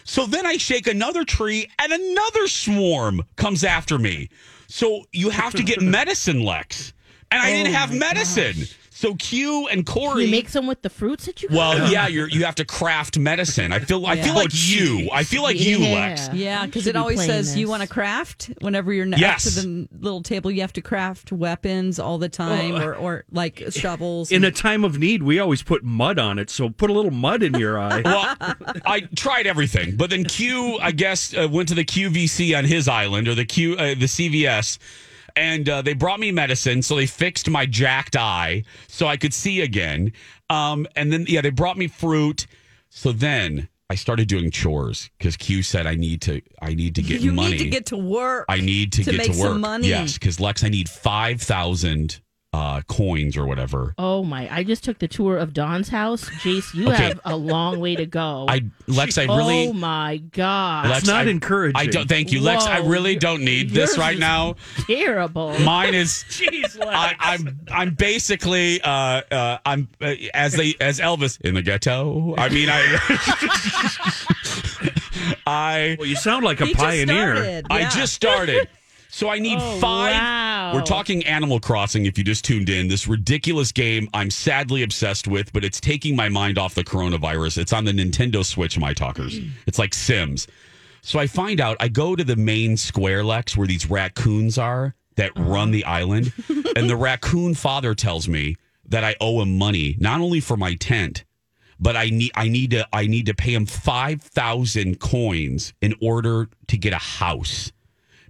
[SPEAKER 3] So then I shake another tree and another swarm comes after me. So you have to get medicine, Lex. And I didn't have medicine. So Q and Corey
[SPEAKER 6] You make some with the fruits that you
[SPEAKER 3] well, yeah, you're, you have to craft medicine. I feel I
[SPEAKER 4] Yeah.
[SPEAKER 3] feel like you. I feel like you,
[SPEAKER 6] Yeah.
[SPEAKER 3] Lex.
[SPEAKER 4] Oh, Yeah,
[SPEAKER 6] You
[SPEAKER 4] because
[SPEAKER 6] should
[SPEAKER 4] it
[SPEAKER 6] be
[SPEAKER 4] always
[SPEAKER 6] playing
[SPEAKER 4] says you
[SPEAKER 6] this.
[SPEAKER 4] want to craft whenever you're next
[SPEAKER 3] Yes.
[SPEAKER 4] to the little table. You have to craft weapons all the time, or, or like shovels.
[SPEAKER 5] In a time of need, we always put mud on it. So put a little mud in your eye.
[SPEAKER 3] well, I tried everything, but then Q, I guess, uh, went to the QVC on his island or the Q, uh, the CVS, and uh, they brought me medicine, so they fixed my jacked eye so I could see again. Um, and then yeah, they brought me fruit. So then I started doing chores because Q said I need to, I need to get
[SPEAKER 4] you
[SPEAKER 3] money.
[SPEAKER 4] need to get to work.
[SPEAKER 3] I need to,
[SPEAKER 4] to
[SPEAKER 3] get
[SPEAKER 4] make
[SPEAKER 3] to
[SPEAKER 4] some
[SPEAKER 3] work.
[SPEAKER 4] money.
[SPEAKER 3] Yes, because Lex, I need five thousand uh, coins or whatever.
[SPEAKER 6] Oh my! I just took the tour of Don's house. Jace, you
[SPEAKER 3] Okay.
[SPEAKER 6] have a long way to go.
[SPEAKER 3] I Lex, I really.
[SPEAKER 6] Oh my god!
[SPEAKER 3] Lex,
[SPEAKER 5] That's not
[SPEAKER 3] I-
[SPEAKER 5] encouraging.
[SPEAKER 3] I don't thank you, Lex. I
[SPEAKER 6] Whoa.
[SPEAKER 3] really don't need this
[SPEAKER 6] Yours
[SPEAKER 3] right
[SPEAKER 6] is
[SPEAKER 3] now.
[SPEAKER 6] Terrible.
[SPEAKER 3] Mine is. I, I'm I'm basically uh, uh, I'm uh, as they as Elvis in the ghetto. I mean I I
[SPEAKER 5] Well, you sound like a
[SPEAKER 4] He just
[SPEAKER 5] pioneer.
[SPEAKER 4] started.
[SPEAKER 3] I
[SPEAKER 4] Yeah.
[SPEAKER 3] just started. So I need
[SPEAKER 10] Oh,
[SPEAKER 3] five.
[SPEAKER 10] wow.
[SPEAKER 3] We're talking Animal Crossing if you just tuned in. This ridiculous game I'm sadly obsessed with, but it's taking my mind off the coronavirus. It's on the Nintendo Switch, my talkers. It's like Sims. So I find out I go to the main square Lex where these raccoons are that
[SPEAKER 10] Uh-huh.
[SPEAKER 3] run the island, and the raccoon father tells me that I owe him money not only for my tent, but I need I need to I need to pay him five thousand coins in order to get a house,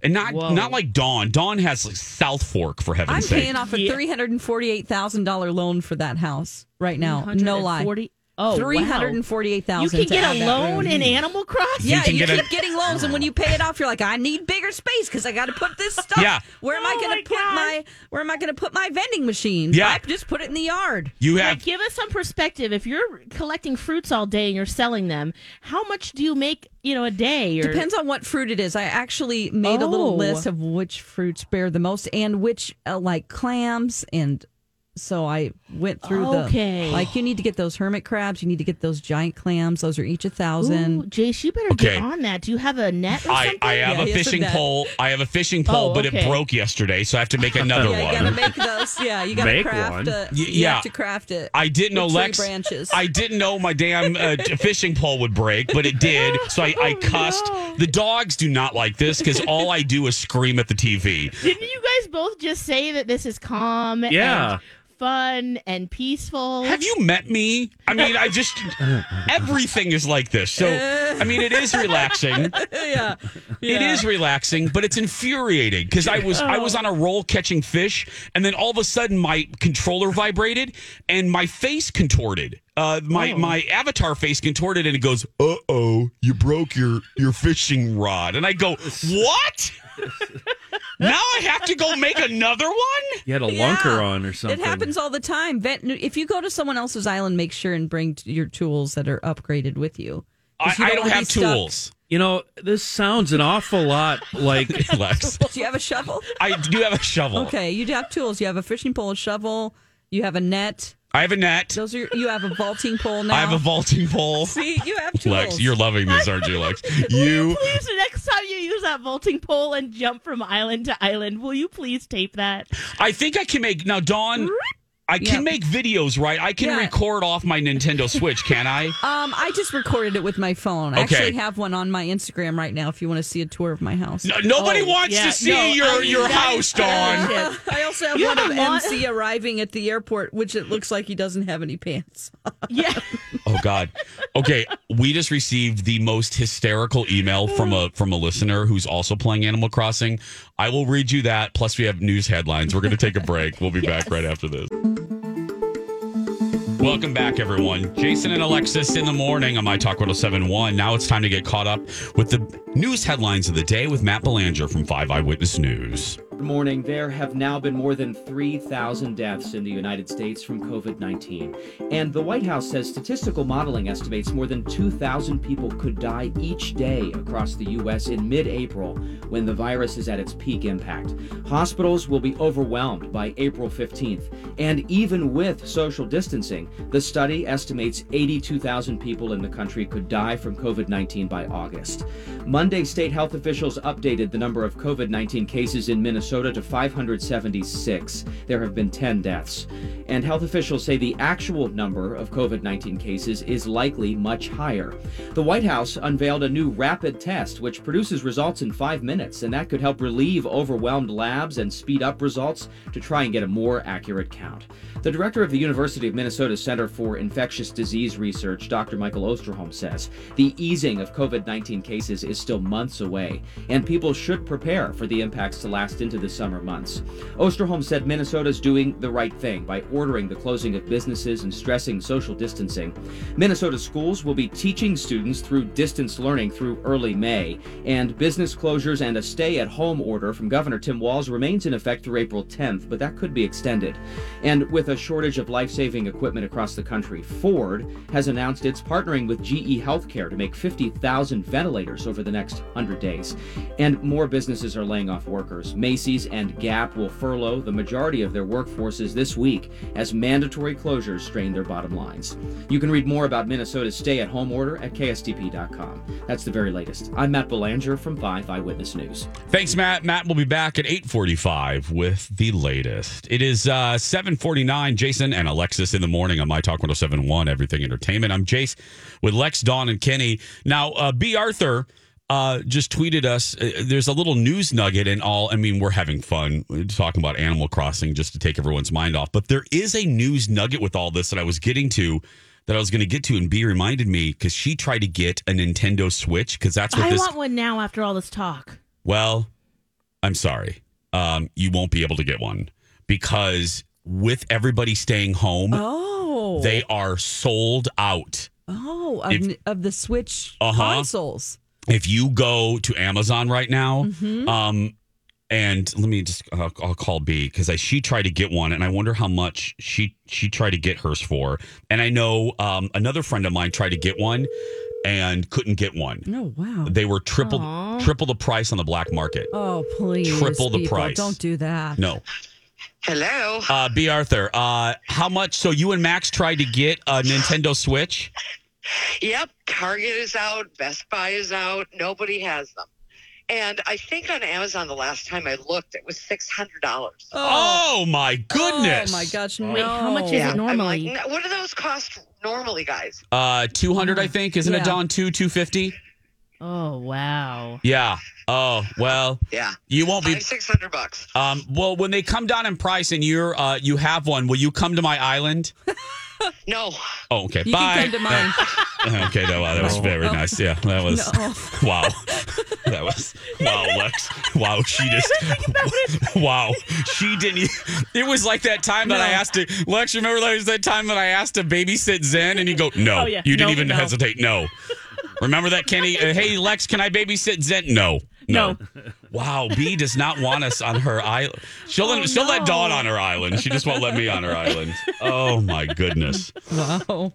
[SPEAKER 3] and not not like Dawn. Dawn has like South Fork for heaven's
[SPEAKER 4] I'm
[SPEAKER 3] sake.
[SPEAKER 4] paying off a three hundred and forty-eight thousand dollar loan for that house right now. No lie.
[SPEAKER 6] 340 Oh, wow.
[SPEAKER 4] three hundred and forty-eight thousand.
[SPEAKER 6] You can get a loan in Animal Crossing?
[SPEAKER 4] Yeah,
[SPEAKER 6] You can
[SPEAKER 4] you
[SPEAKER 6] get a-
[SPEAKER 4] keep getting loans, and when you pay it off, you're like, I need bigger space because I got to put this stuff.
[SPEAKER 3] Yeah.
[SPEAKER 4] Where am I going to put Oh my Where am I going to put my vending machine?
[SPEAKER 3] Yeah.
[SPEAKER 4] I just put it in the yard.
[SPEAKER 3] You
[SPEAKER 6] Like,
[SPEAKER 3] have
[SPEAKER 6] give us some perspective. If you're collecting fruits all day and you're selling them, how much do you make, you know, a day? Or...
[SPEAKER 4] Depends on what fruit it is. I actually made a
[SPEAKER 6] Oh.
[SPEAKER 4] little list of which fruits bear the most and which uh, like clams and so I went through
[SPEAKER 6] Okay.
[SPEAKER 4] the like you need to get those hermit crabs, you need to get those giant clams. Those are each a thousand.
[SPEAKER 6] Ooh, Jace, you better
[SPEAKER 3] Okay.
[SPEAKER 6] get on that. Do you have a net or
[SPEAKER 3] I,
[SPEAKER 6] something?
[SPEAKER 3] I have a fishing pole. I have a fishing pole,
[SPEAKER 6] Oh,
[SPEAKER 3] but
[SPEAKER 6] okay.
[SPEAKER 3] it broke yesterday, so I have to make another
[SPEAKER 4] yeah, you
[SPEAKER 3] one.
[SPEAKER 4] gotta make those. Yeah, you gotta
[SPEAKER 3] Make
[SPEAKER 4] craft
[SPEAKER 3] one.
[SPEAKER 4] it.
[SPEAKER 3] Y-
[SPEAKER 4] You
[SPEAKER 3] yeah.
[SPEAKER 4] have to craft it.
[SPEAKER 3] I didn't know
[SPEAKER 4] with
[SPEAKER 3] Lex.
[SPEAKER 4] Tree branches.
[SPEAKER 3] I didn't know my damn uh, t- fishing pole would break, but it did. So I, I
[SPEAKER 4] Oh,
[SPEAKER 3] cussed. The dogs do not like this because all I do is scream at the TV.
[SPEAKER 6] Didn't you guys both just say that this is calm
[SPEAKER 3] Yeah.
[SPEAKER 6] and fun and peaceful?
[SPEAKER 3] Have you met me? I mean, I just everything is like this. So I mean, it is relaxing.
[SPEAKER 4] yeah. Oh.
[SPEAKER 3] It is relaxing, but it's infuriating because I was I was on a roll catching fish, and then all of a sudden my controller vibrated and my face contorted. Uh, my
[SPEAKER 4] Oh.
[SPEAKER 3] my avatar face contorted, and it goes, "Uh oh, you broke your your fishing rod," and I go, "What?" now I have to go make another one.
[SPEAKER 5] You had a lunker on or something.
[SPEAKER 4] It happens all the time. Vet, if you go to someone else's island, make sure and bring t- your tools that are upgraded with you. 'Cause you wanna be stuck.
[SPEAKER 5] You know, this sounds an awful lot like
[SPEAKER 3] Lex.
[SPEAKER 4] Do you have a shovel?
[SPEAKER 3] I do have a shovel.
[SPEAKER 4] Okay, you do have tools. You have a fishing pole, a shovel. You have a net.
[SPEAKER 3] I have a net.
[SPEAKER 4] Those are you have a vaulting pole now.
[SPEAKER 3] I have a vaulting pole.
[SPEAKER 4] See, you have tools.
[SPEAKER 3] Lex, you're loving this, aren't you, Lex? You
[SPEAKER 6] Please, the next time you use that vaulting pole and jump from island to island, will you please tape that?
[SPEAKER 3] I think I can make now, Dawn. I can make videos, right? I can
[SPEAKER 4] Yeah.
[SPEAKER 3] record off my Nintendo Switch, can I?
[SPEAKER 4] Um, I just recorded it with my phone. I
[SPEAKER 3] Okay.
[SPEAKER 4] actually have one on my Instagram right now. If you want to see a tour of my house,
[SPEAKER 3] No- nobody
[SPEAKER 4] Oh,
[SPEAKER 3] wants
[SPEAKER 4] yeah.
[SPEAKER 3] to see
[SPEAKER 4] No,
[SPEAKER 3] your
[SPEAKER 4] I-
[SPEAKER 3] your
[SPEAKER 4] that-
[SPEAKER 3] house, Dawn.
[SPEAKER 4] Uh, I also have
[SPEAKER 6] You
[SPEAKER 4] one
[SPEAKER 6] have
[SPEAKER 4] of
[SPEAKER 6] a lot-
[SPEAKER 4] MC arriving at the airport, which it looks like he doesn't have any pants.
[SPEAKER 3] Oh God. Okay, we just received the most hysterical email from a from a listener who's also playing Animal Crossing. I will read you that. Plus, we have news headlines. We're going to take a break. We'll be back right after this. Welcome back, everyone. Jason and Alexis in the morning on My Talk 1071. Now it's time to get caught up with the news headlines of the day with Matt Belanger from Five Eyewitness News.
[SPEAKER 11] Good morning. There have now been more than 3,000 deaths in the United States from COVID 19. And the White House says statistical modeling estimates more than 2,000 people could die each day across the U.S. in mid April when the virus is at its peak impact. Hospitals will be overwhelmed by April 15th. And even with social distancing, the study estimates 82,000 people in the country could die from COVID 19 by August. Monday, state health officials updated the number of COVID 19 cases in Minnesota to 576. There have been 10 deaths. And health officials say the actual number of COVID 19 cases is likely much higher. The White House unveiled a new rapid test, which produces results in five minutes, and that could help relieve overwhelmed labs and speed up results to try and get a more accurate count. The director of the University of Minnesota Center for Infectious Disease Research, Dr. Michael Osterholm, says the easing of COVID 19 cases is still months away, and people should prepare for the impacts to last into the summer months. Osterholm said Minnesota's doing the right thing by ordering the closing of businesses and stressing social distancing. Minnesota schools will be teaching students through distance learning through early May, and business closures and a stay at home order from Governor Tim Walz remains in effect through April 10th, but that could be extended. And with a shortage of life saving equipment across the country, Ford has announced it's partnering with GE Healthcare to make 50,000 ventilators over the next 100 days. And more businesses are laying off workers. Macy's Macy's and Gap will furlough the majority of their workforces this week as mandatory closures strain their bottom lines. You can read more about Minnesota's stay at home order at KSTP.com. That's the very latest. I'm Matt Belanger from 5 Eyewitness News.
[SPEAKER 3] Thanks, Matt. Matt will be back at 845 with the latest. It is uh, 749, Jason and Alexis in the morning on My Talk 1071, Everything Entertainment. I'm Jace with Lex, Dawn, and Kenny. Now, uh, B. Arthur uh, just tweeted us. Uh, there's a little news nugget and all. I mean, we're having fun talking about Animal Crossing just to take everyone's mind off. But there is a news nugget with all this that I was getting to that I was going to get to, and B reminded me because she tried to get a Nintendo Switch because that's what
[SPEAKER 6] I
[SPEAKER 3] this
[SPEAKER 6] want one now after all this talk.
[SPEAKER 3] well, I'm sorry. Um, you won't be able to get one because with everybody staying home,
[SPEAKER 4] Oh.
[SPEAKER 3] they are sold out.
[SPEAKER 4] Oh, of,
[SPEAKER 3] If-
[SPEAKER 4] of the Switch
[SPEAKER 3] Uh-huh.
[SPEAKER 4] consoles.
[SPEAKER 3] If you go to Amazon right now,
[SPEAKER 4] Mm-hmm.
[SPEAKER 3] um, and let me just I'll, I'll call B because she tried to get one, and I wonder how much she she tried to get hers for. And I know um, another friend of mine tried to get one and couldn't get one.
[SPEAKER 4] Oh, wow.
[SPEAKER 3] They were triple
[SPEAKER 4] Aw.
[SPEAKER 3] triple the price on the black market.
[SPEAKER 4] Oh, please.
[SPEAKER 3] Triple the
[SPEAKER 4] people,
[SPEAKER 3] price.
[SPEAKER 4] Don't do that.
[SPEAKER 3] No.
[SPEAKER 10] Hello.
[SPEAKER 3] Uh, B. Arthur, uh, how much? So you and Max tried to get a Nintendo Switch?
[SPEAKER 10] Yep, Target is out, Best Buy is out, nobody has them. And I think on Amazon the last time I looked, it was six hundred dollars.
[SPEAKER 3] Oh, my
[SPEAKER 4] Oh
[SPEAKER 3] goodness.
[SPEAKER 10] my gosh,
[SPEAKER 3] Wait, how no. much is it normally?
[SPEAKER 10] what do those cost normally, guys?
[SPEAKER 3] Uh, 200, I think. Isn't
[SPEAKER 10] Yeah.
[SPEAKER 3] it, Don? Two, 250?
[SPEAKER 6] Oh wow.
[SPEAKER 3] Yeah. Oh, well.
[SPEAKER 10] Yeah.
[SPEAKER 3] You won't be.
[SPEAKER 10] Five six hundred bucks.
[SPEAKER 3] Um, well, when they come down in price and you're, uh, you have one, will you come to my island?
[SPEAKER 10] No.
[SPEAKER 3] Oh, okay.
[SPEAKER 10] You can
[SPEAKER 3] Bye.
[SPEAKER 10] come to mine.
[SPEAKER 3] Uh, okay, that, wow, that was
[SPEAKER 10] No.
[SPEAKER 3] very nice. Yeah, that was.
[SPEAKER 10] No.
[SPEAKER 3] Wow. That was. Wow, Lex. Wow, she just. Wow. She didn't. e- It was like that time that I asked to. Lex, remember that was that time that I asked to babysit Zen and you go, no.
[SPEAKER 6] Oh, yeah.
[SPEAKER 3] You didn't
[SPEAKER 6] No,
[SPEAKER 3] even
[SPEAKER 6] no.
[SPEAKER 3] hesitate. No. Remember that, Kenny? Uh, hey, Lex, can I babysit Zen? No. No. Wow, B does not want us on her island. She'll,
[SPEAKER 4] Oh,
[SPEAKER 3] let, she'll let Dawn on her island. She just won't let me on her island. Oh, my goodness.
[SPEAKER 4] Wow.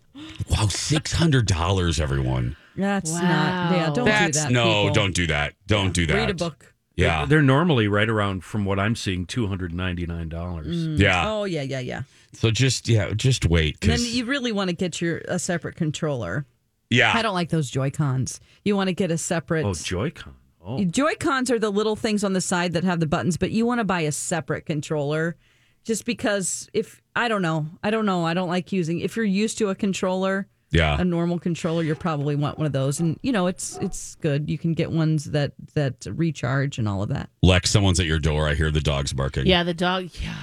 [SPEAKER 3] Wow, six hundred dollars, everyone.
[SPEAKER 4] That's not. Yeah, don't
[SPEAKER 3] That's
[SPEAKER 4] do that.
[SPEAKER 3] no,
[SPEAKER 4] people.
[SPEAKER 3] don't do that. Don't do that.
[SPEAKER 4] Read a book.
[SPEAKER 3] Yeah.
[SPEAKER 5] They're normally right around, from what I'm seeing, $299.
[SPEAKER 4] Mm.
[SPEAKER 3] Yeah.
[SPEAKER 4] Oh, yeah, yeah, yeah.
[SPEAKER 3] So just yeah, just wait.
[SPEAKER 4] And then
[SPEAKER 3] 'cause-
[SPEAKER 4] you really want to get your a separate controller.
[SPEAKER 3] yeah,
[SPEAKER 4] I don't like those Joy Cons. You want to get a separate.
[SPEAKER 5] Oh, Joy-Con. Oh.
[SPEAKER 4] Joy Cons are the little things on the side that have the buttons, but you want to buy a separate controller just because if I don't know, I don't know, I don't like using. If you're used to a controller,
[SPEAKER 3] Yeah.
[SPEAKER 4] a normal controller, you probably want one of those, and you know it's it's good. You can get ones that that recharge and all of that.
[SPEAKER 3] Lex, someone's at your door. I hear the dogs barking.
[SPEAKER 6] Yeah, the dog. Yeah.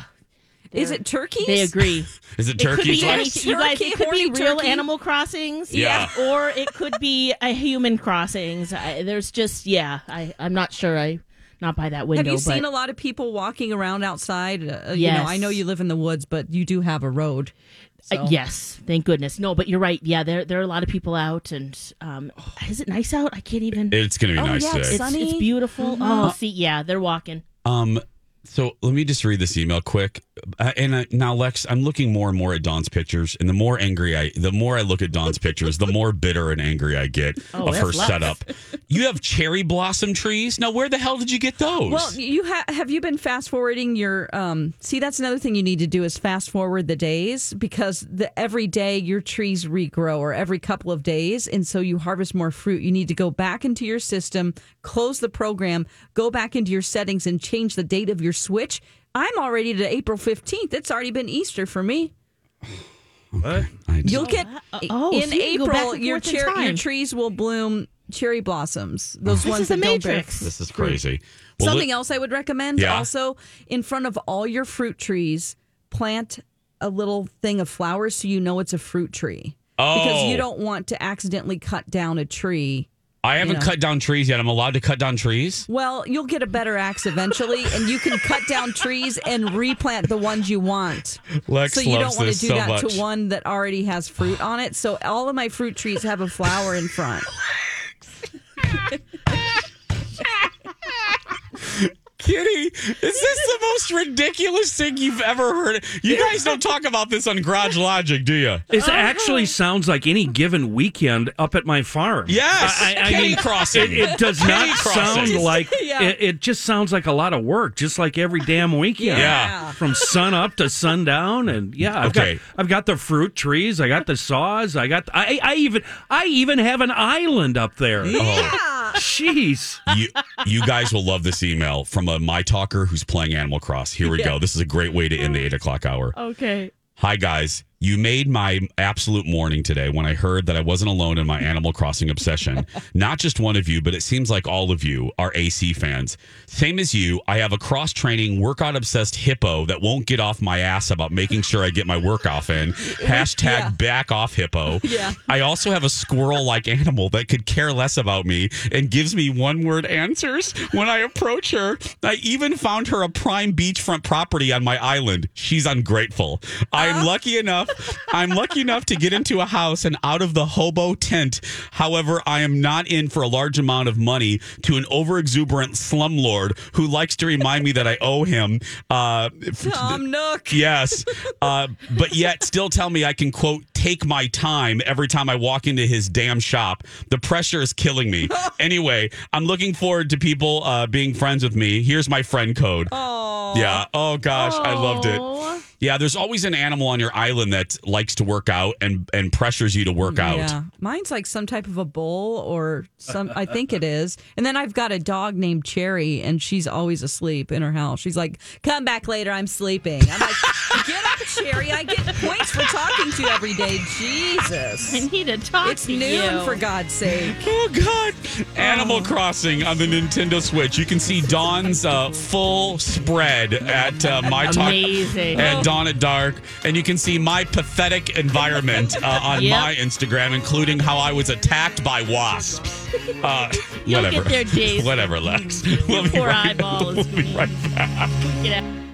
[SPEAKER 4] Is it turkeys?
[SPEAKER 6] They agree.
[SPEAKER 3] Is it
[SPEAKER 6] It could
[SPEAKER 3] turkeys?
[SPEAKER 6] be
[SPEAKER 3] Lex?
[SPEAKER 6] anything. You guys,
[SPEAKER 4] Turkey,
[SPEAKER 6] it could be
[SPEAKER 4] horny
[SPEAKER 6] real
[SPEAKER 4] turkey.
[SPEAKER 6] Animal Crossings.
[SPEAKER 3] Yeah.
[SPEAKER 6] Or it could be a human crossings. I, there's just yeah. I I'm not sure. I not by that window.
[SPEAKER 4] Have you
[SPEAKER 6] but
[SPEAKER 4] seen a lot of people walking around outside? Uh, You
[SPEAKER 6] Yes.
[SPEAKER 4] know, I know you live in the woods, but you do have a road.
[SPEAKER 6] Uh, yes, thank goodness. No, but you're right. Yeah, there there are a lot of people out, and um, is it nice out? I can't even.
[SPEAKER 3] It's
[SPEAKER 4] Oh,
[SPEAKER 3] gonna be nice today.
[SPEAKER 6] It's, it's beautiful.
[SPEAKER 4] Mm-hmm.
[SPEAKER 6] Oh, see, yeah, they're walking.
[SPEAKER 3] Um, so let me just read this email quick. Uh, and I, now, Lex, I'm looking more and more at Don's pictures, and the more angry I, the more I look at Don's pictures, the more bitter and angry I get
[SPEAKER 4] Oh,
[SPEAKER 3] of her
[SPEAKER 4] that's Lex.
[SPEAKER 3] setup. You have cherry blossom trees. Now, where the hell did you get those?
[SPEAKER 4] Well, you ha- have you been fast forwarding your? Um, see, that's another thing you need to do is fast forward the days because the every day your trees regrow or every couple of days, and so you harvest more fruit. You need to go back into your system, close the program, go back into your settings, and change the date of your switch. I'm already to April fifteenth. It's already been Easter for me.
[SPEAKER 5] What?
[SPEAKER 4] You'll get
[SPEAKER 6] oh,
[SPEAKER 4] in
[SPEAKER 6] so you can go back
[SPEAKER 4] April.
[SPEAKER 6] and
[SPEAKER 4] Your
[SPEAKER 6] forth in
[SPEAKER 4] cher- your
[SPEAKER 6] time.
[SPEAKER 4] trees will bloom cherry blossoms. Those
[SPEAKER 6] This
[SPEAKER 4] ones
[SPEAKER 6] is
[SPEAKER 4] that
[SPEAKER 6] the
[SPEAKER 4] don't bear
[SPEAKER 6] Matrix.
[SPEAKER 3] this is crazy. Well,
[SPEAKER 4] Hmm. Something
[SPEAKER 3] look-
[SPEAKER 4] else I would recommend
[SPEAKER 3] Yeah.
[SPEAKER 4] also in front of all your fruit trees, plant a little thing of flowers so you know it's a fruit tree. Because
[SPEAKER 3] Oh.
[SPEAKER 4] you don't want to accidentally cut down a tree.
[SPEAKER 3] I haven't
[SPEAKER 4] know.
[SPEAKER 3] cut down trees yet. I'm allowed to cut down trees.
[SPEAKER 4] Well, you'll get a better axe eventually, and you can cut down trees and replant the ones you want.
[SPEAKER 3] Lex
[SPEAKER 4] so you don't
[SPEAKER 3] loves
[SPEAKER 4] want
[SPEAKER 3] this
[SPEAKER 4] to do
[SPEAKER 3] so
[SPEAKER 4] that
[SPEAKER 3] much.
[SPEAKER 4] to one that already has fruit on it. So all of my fruit trees have a flower in front.
[SPEAKER 3] kidding. Is this the most ridiculous thing you've ever heard? You guys don't talk about this on Garage Logic, do you?
[SPEAKER 5] It actually sounds like any given weekend up at my farm.
[SPEAKER 3] Yes,
[SPEAKER 5] I, I- I
[SPEAKER 3] Kitty
[SPEAKER 5] mean, It,
[SPEAKER 3] crossing.
[SPEAKER 5] it does
[SPEAKER 3] Kitty
[SPEAKER 5] not
[SPEAKER 3] crossing.
[SPEAKER 5] sound like
[SPEAKER 3] Yeah.
[SPEAKER 5] it, it. Just sounds like a lot of work, just like every damn weekend.
[SPEAKER 3] Yeah.
[SPEAKER 5] from sun up to sundown, and yeah, I've
[SPEAKER 3] Okay.
[SPEAKER 5] got I've got the fruit trees, I got the saws, I got I I even I even have an island up there.
[SPEAKER 3] Yeah.
[SPEAKER 5] Jeez.
[SPEAKER 3] Oh. You, you guys will love this email from a My Talker who's playing Animal Cross. Here we
[SPEAKER 6] Yeah.
[SPEAKER 3] go. This is a great way to end the eight o'clock hour.
[SPEAKER 6] Okay.
[SPEAKER 3] Hi, guys. You made my absolute morning today when I heard that I wasn't alone in my Animal Crossing obsession. Not just one of you, but it seems like all of you are AC fans. Same as you, I have a cross training, workout obsessed hippo that won't get off my ass about making sure I get my work off in. Hashtag back off hippo.
[SPEAKER 12] Yeah.
[SPEAKER 3] I also have a squirrel like animal that could care less about me and gives me one word answers when I approach her. I even found her a prime beachfront property on my island. She's ungrateful. I'm lucky enough. I'm lucky enough to get into a house and out of the hobo tent. However, I am not in for a large amount of money to an overexuberant slumlord who likes to remind me that I owe him. Uh,
[SPEAKER 4] Tom Nook.
[SPEAKER 3] Yes. Uh, but yet still tell me I can, quote, take my time every time I walk into his damn shop. The pressure is killing me. anyway, I'm looking forward to people uh, being friends with me. Here's my friend code. Oh. Yeah. Oh, gosh. I loved it. Yeah, there's always an animal on your island that likes to work out and, and pressures you to work out.
[SPEAKER 4] Yeah. Mine's like some type of a bull or some, I think it is. And then I've got a dog named Cherry, and she's always asleep in her house. She's like, come back later, I'm sleeping. I'm like, get up, Cherry. I get points for talking to you every day. Jesus. I
[SPEAKER 6] need to talk
[SPEAKER 4] it's
[SPEAKER 6] to
[SPEAKER 4] noon,
[SPEAKER 6] you.
[SPEAKER 4] for God's sake.
[SPEAKER 3] Oh, God. Animal Crossing on the Nintendo Switch. You can see Dawn's uh, full spread at uh, my talk
[SPEAKER 6] Amazing.
[SPEAKER 3] at Dawn at Dark, and you can see my pathetic environment uh, on
[SPEAKER 6] Yep.
[SPEAKER 3] my Instagram, including how I was attacked by wasps. Uh,
[SPEAKER 6] You'll
[SPEAKER 3] whatever.
[SPEAKER 6] get there, Jason.
[SPEAKER 3] whatever, Lex. We'll be
[SPEAKER 6] poor
[SPEAKER 3] right,
[SPEAKER 6] eyeballs.
[SPEAKER 3] We'll be right back.
[SPEAKER 6] Get out.